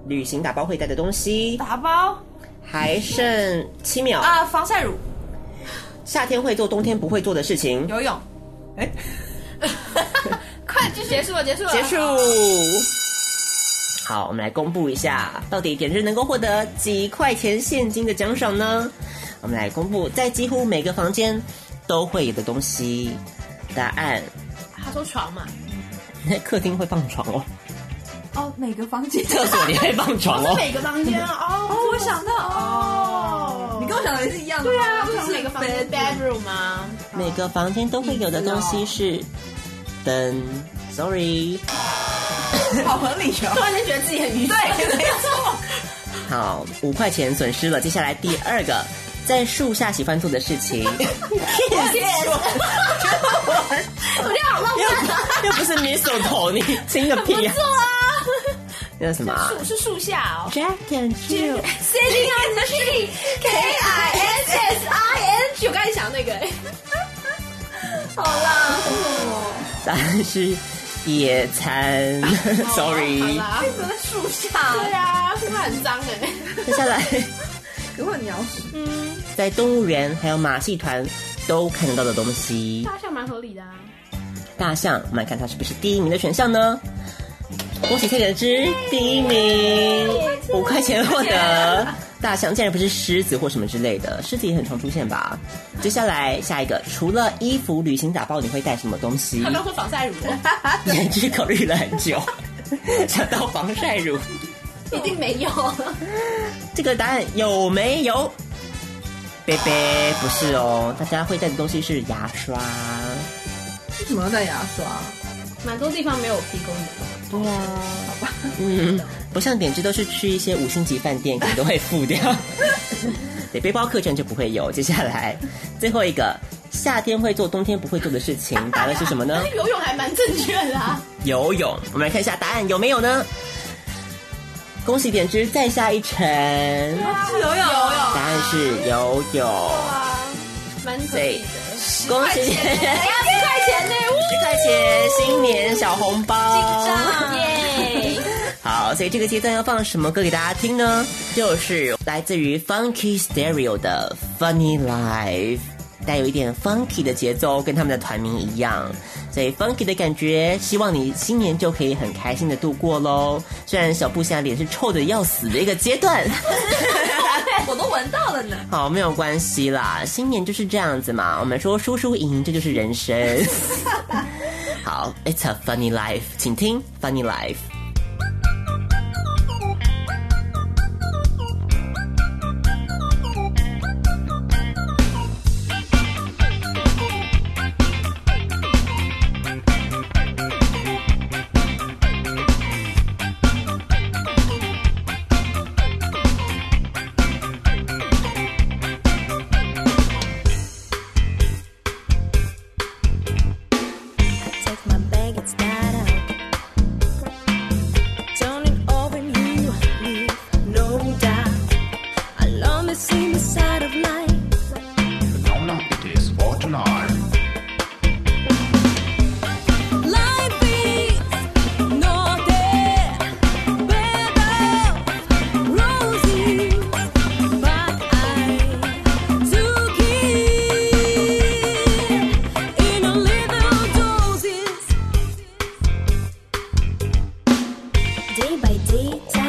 Speaker 3: 旅行打包会带的东西，
Speaker 6: 打包
Speaker 3: 还剩七秒。
Speaker 6: 啊，防晒乳
Speaker 3: 夏天会做冬天不会做的事情，
Speaker 6: 游泳，
Speaker 5: 快就结束了，结束了，
Speaker 3: 结束。好，我们来公布一下，到底点日能够获得几块钱现金的奖赏呢？我们来公布，在几乎每个房间都会有的东西，答案 *laughs*
Speaker 5: 他说床嘛，
Speaker 3: 在客厅会放床哦，
Speaker 6: 哦，每个房间
Speaker 7: *laughs*
Speaker 3: 厕所里会放床哦。
Speaker 5: 每个房间哦，
Speaker 6: 哦，我想到哦，你跟我想的也是一样的，
Speaker 5: 对啊，不是每个房间 bedroom 吗？
Speaker 3: 每个房间都会有的东西
Speaker 5: 嗯
Speaker 3: 是灯。Sorry，
Speaker 6: 好合理哦， *laughs*
Speaker 5: 突然间觉得自己很愚蠢，
Speaker 6: 对，没错，
Speaker 3: 好，五块钱损失了。接下来第二个，在树下喜欢做的事
Speaker 5: *laughs*
Speaker 3: 情，
Speaker 5: 我觉得好浪漫啊！
Speaker 3: 又不是你手头，你亲个屁呀、
Speaker 5: 做啊，
Speaker 3: 那什么啊
Speaker 5: 树是树下哦。
Speaker 3: ？Jack and *laughs* Jill，
Speaker 5: C D I N G K I S S I N G，我刚才想那个，
Speaker 3: 答案是野
Speaker 5: *laughs*
Speaker 3: 餐。Sorry，*laughs*
Speaker 5: 啊好啦，
Speaker 6: 真的树下
Speaker 5: 对啊，它很脏哎，
Speaker 3: 接下来
Speaker 6: 如果你要是
Speaker 3: 在动物园还有马戏团都看得到的东西，
Speaker 5: 大象蛮合理的啊。
Speaker 3: 大象，我们来看它是不是第一名的选项呢？恭喜蔡可之第一名，
Speaker 5: 哎
Speaker 3: 五块钱获得。大象竟然不是狮子或什么之类的，狮子也很常出现吧？接下来下一个，除了衣服、旅行打包，你会带什么东西？
Speaker 5: 他刚说防晒乳，
Speaker 3: *laughs* 也是考虑了很久，想到防晒乳。
Speaker 5: *laughs* 一定没有。
Speaker 3: 这个答案有没有？贝贝不是哦，大家会带的东西是牙刷。
Speaker 6: 为什么要带牙
Speaker 7: *laughs*
Speaker 6: 刷？
Speaker 5: 蛮多地方没有提供的，
Speaker 3: 嗯，不像点痣都是去一些五星级饭店，可能都会付
Speaker 5: *laughs*
Speaker 3: 掉。对，背包客栈就不会有。接下来最后一个，夏天会做冬天不会做的事情，答案是什么
Speaker 5: *laughs*
Speaker 3: 呢？
Speaker 5: 哎游泳还蛮正确的啊。
Speaker 3: 游泳。我们来看一下答案有没有呢？恭喜点痣再下一城，
Speaker 6: 游
Speaker 5: 啊
Speaker 6: 泳，游泳，
Speaker 3: 答案是游泳。
Speaker 5: 蛮合
Speaker 3: 对
Speaker 5: 理的，，
Speaker 3: 恭喜！
Speaker 5: 哎呀，一块钱呢，
Speaker 3: 一块钱新年小红包。
Speaker 5: 耶！
Speaker 3: 好，所以这个阶段要放什么歌给大家听呢？就是来自于 Funky Stereo 的《Funny Life》，带有一点 funky 的节奏，跟他们的团名一样。所以 funky 的感觉，希望你新年就可以很开心的度过喽。虽然小布现在脸是臭的要死的一个阶段。
Speaker 6: 我都闻到了呢。
Speaker 3: 好，没有关系啦，新年就是这样子嘛。我们说输输赢，这就是人生。 *laughs* 好，It's a funny life，请听 Funny Life。
Speaker 10: Funny life,
Speaker 5: 吉他。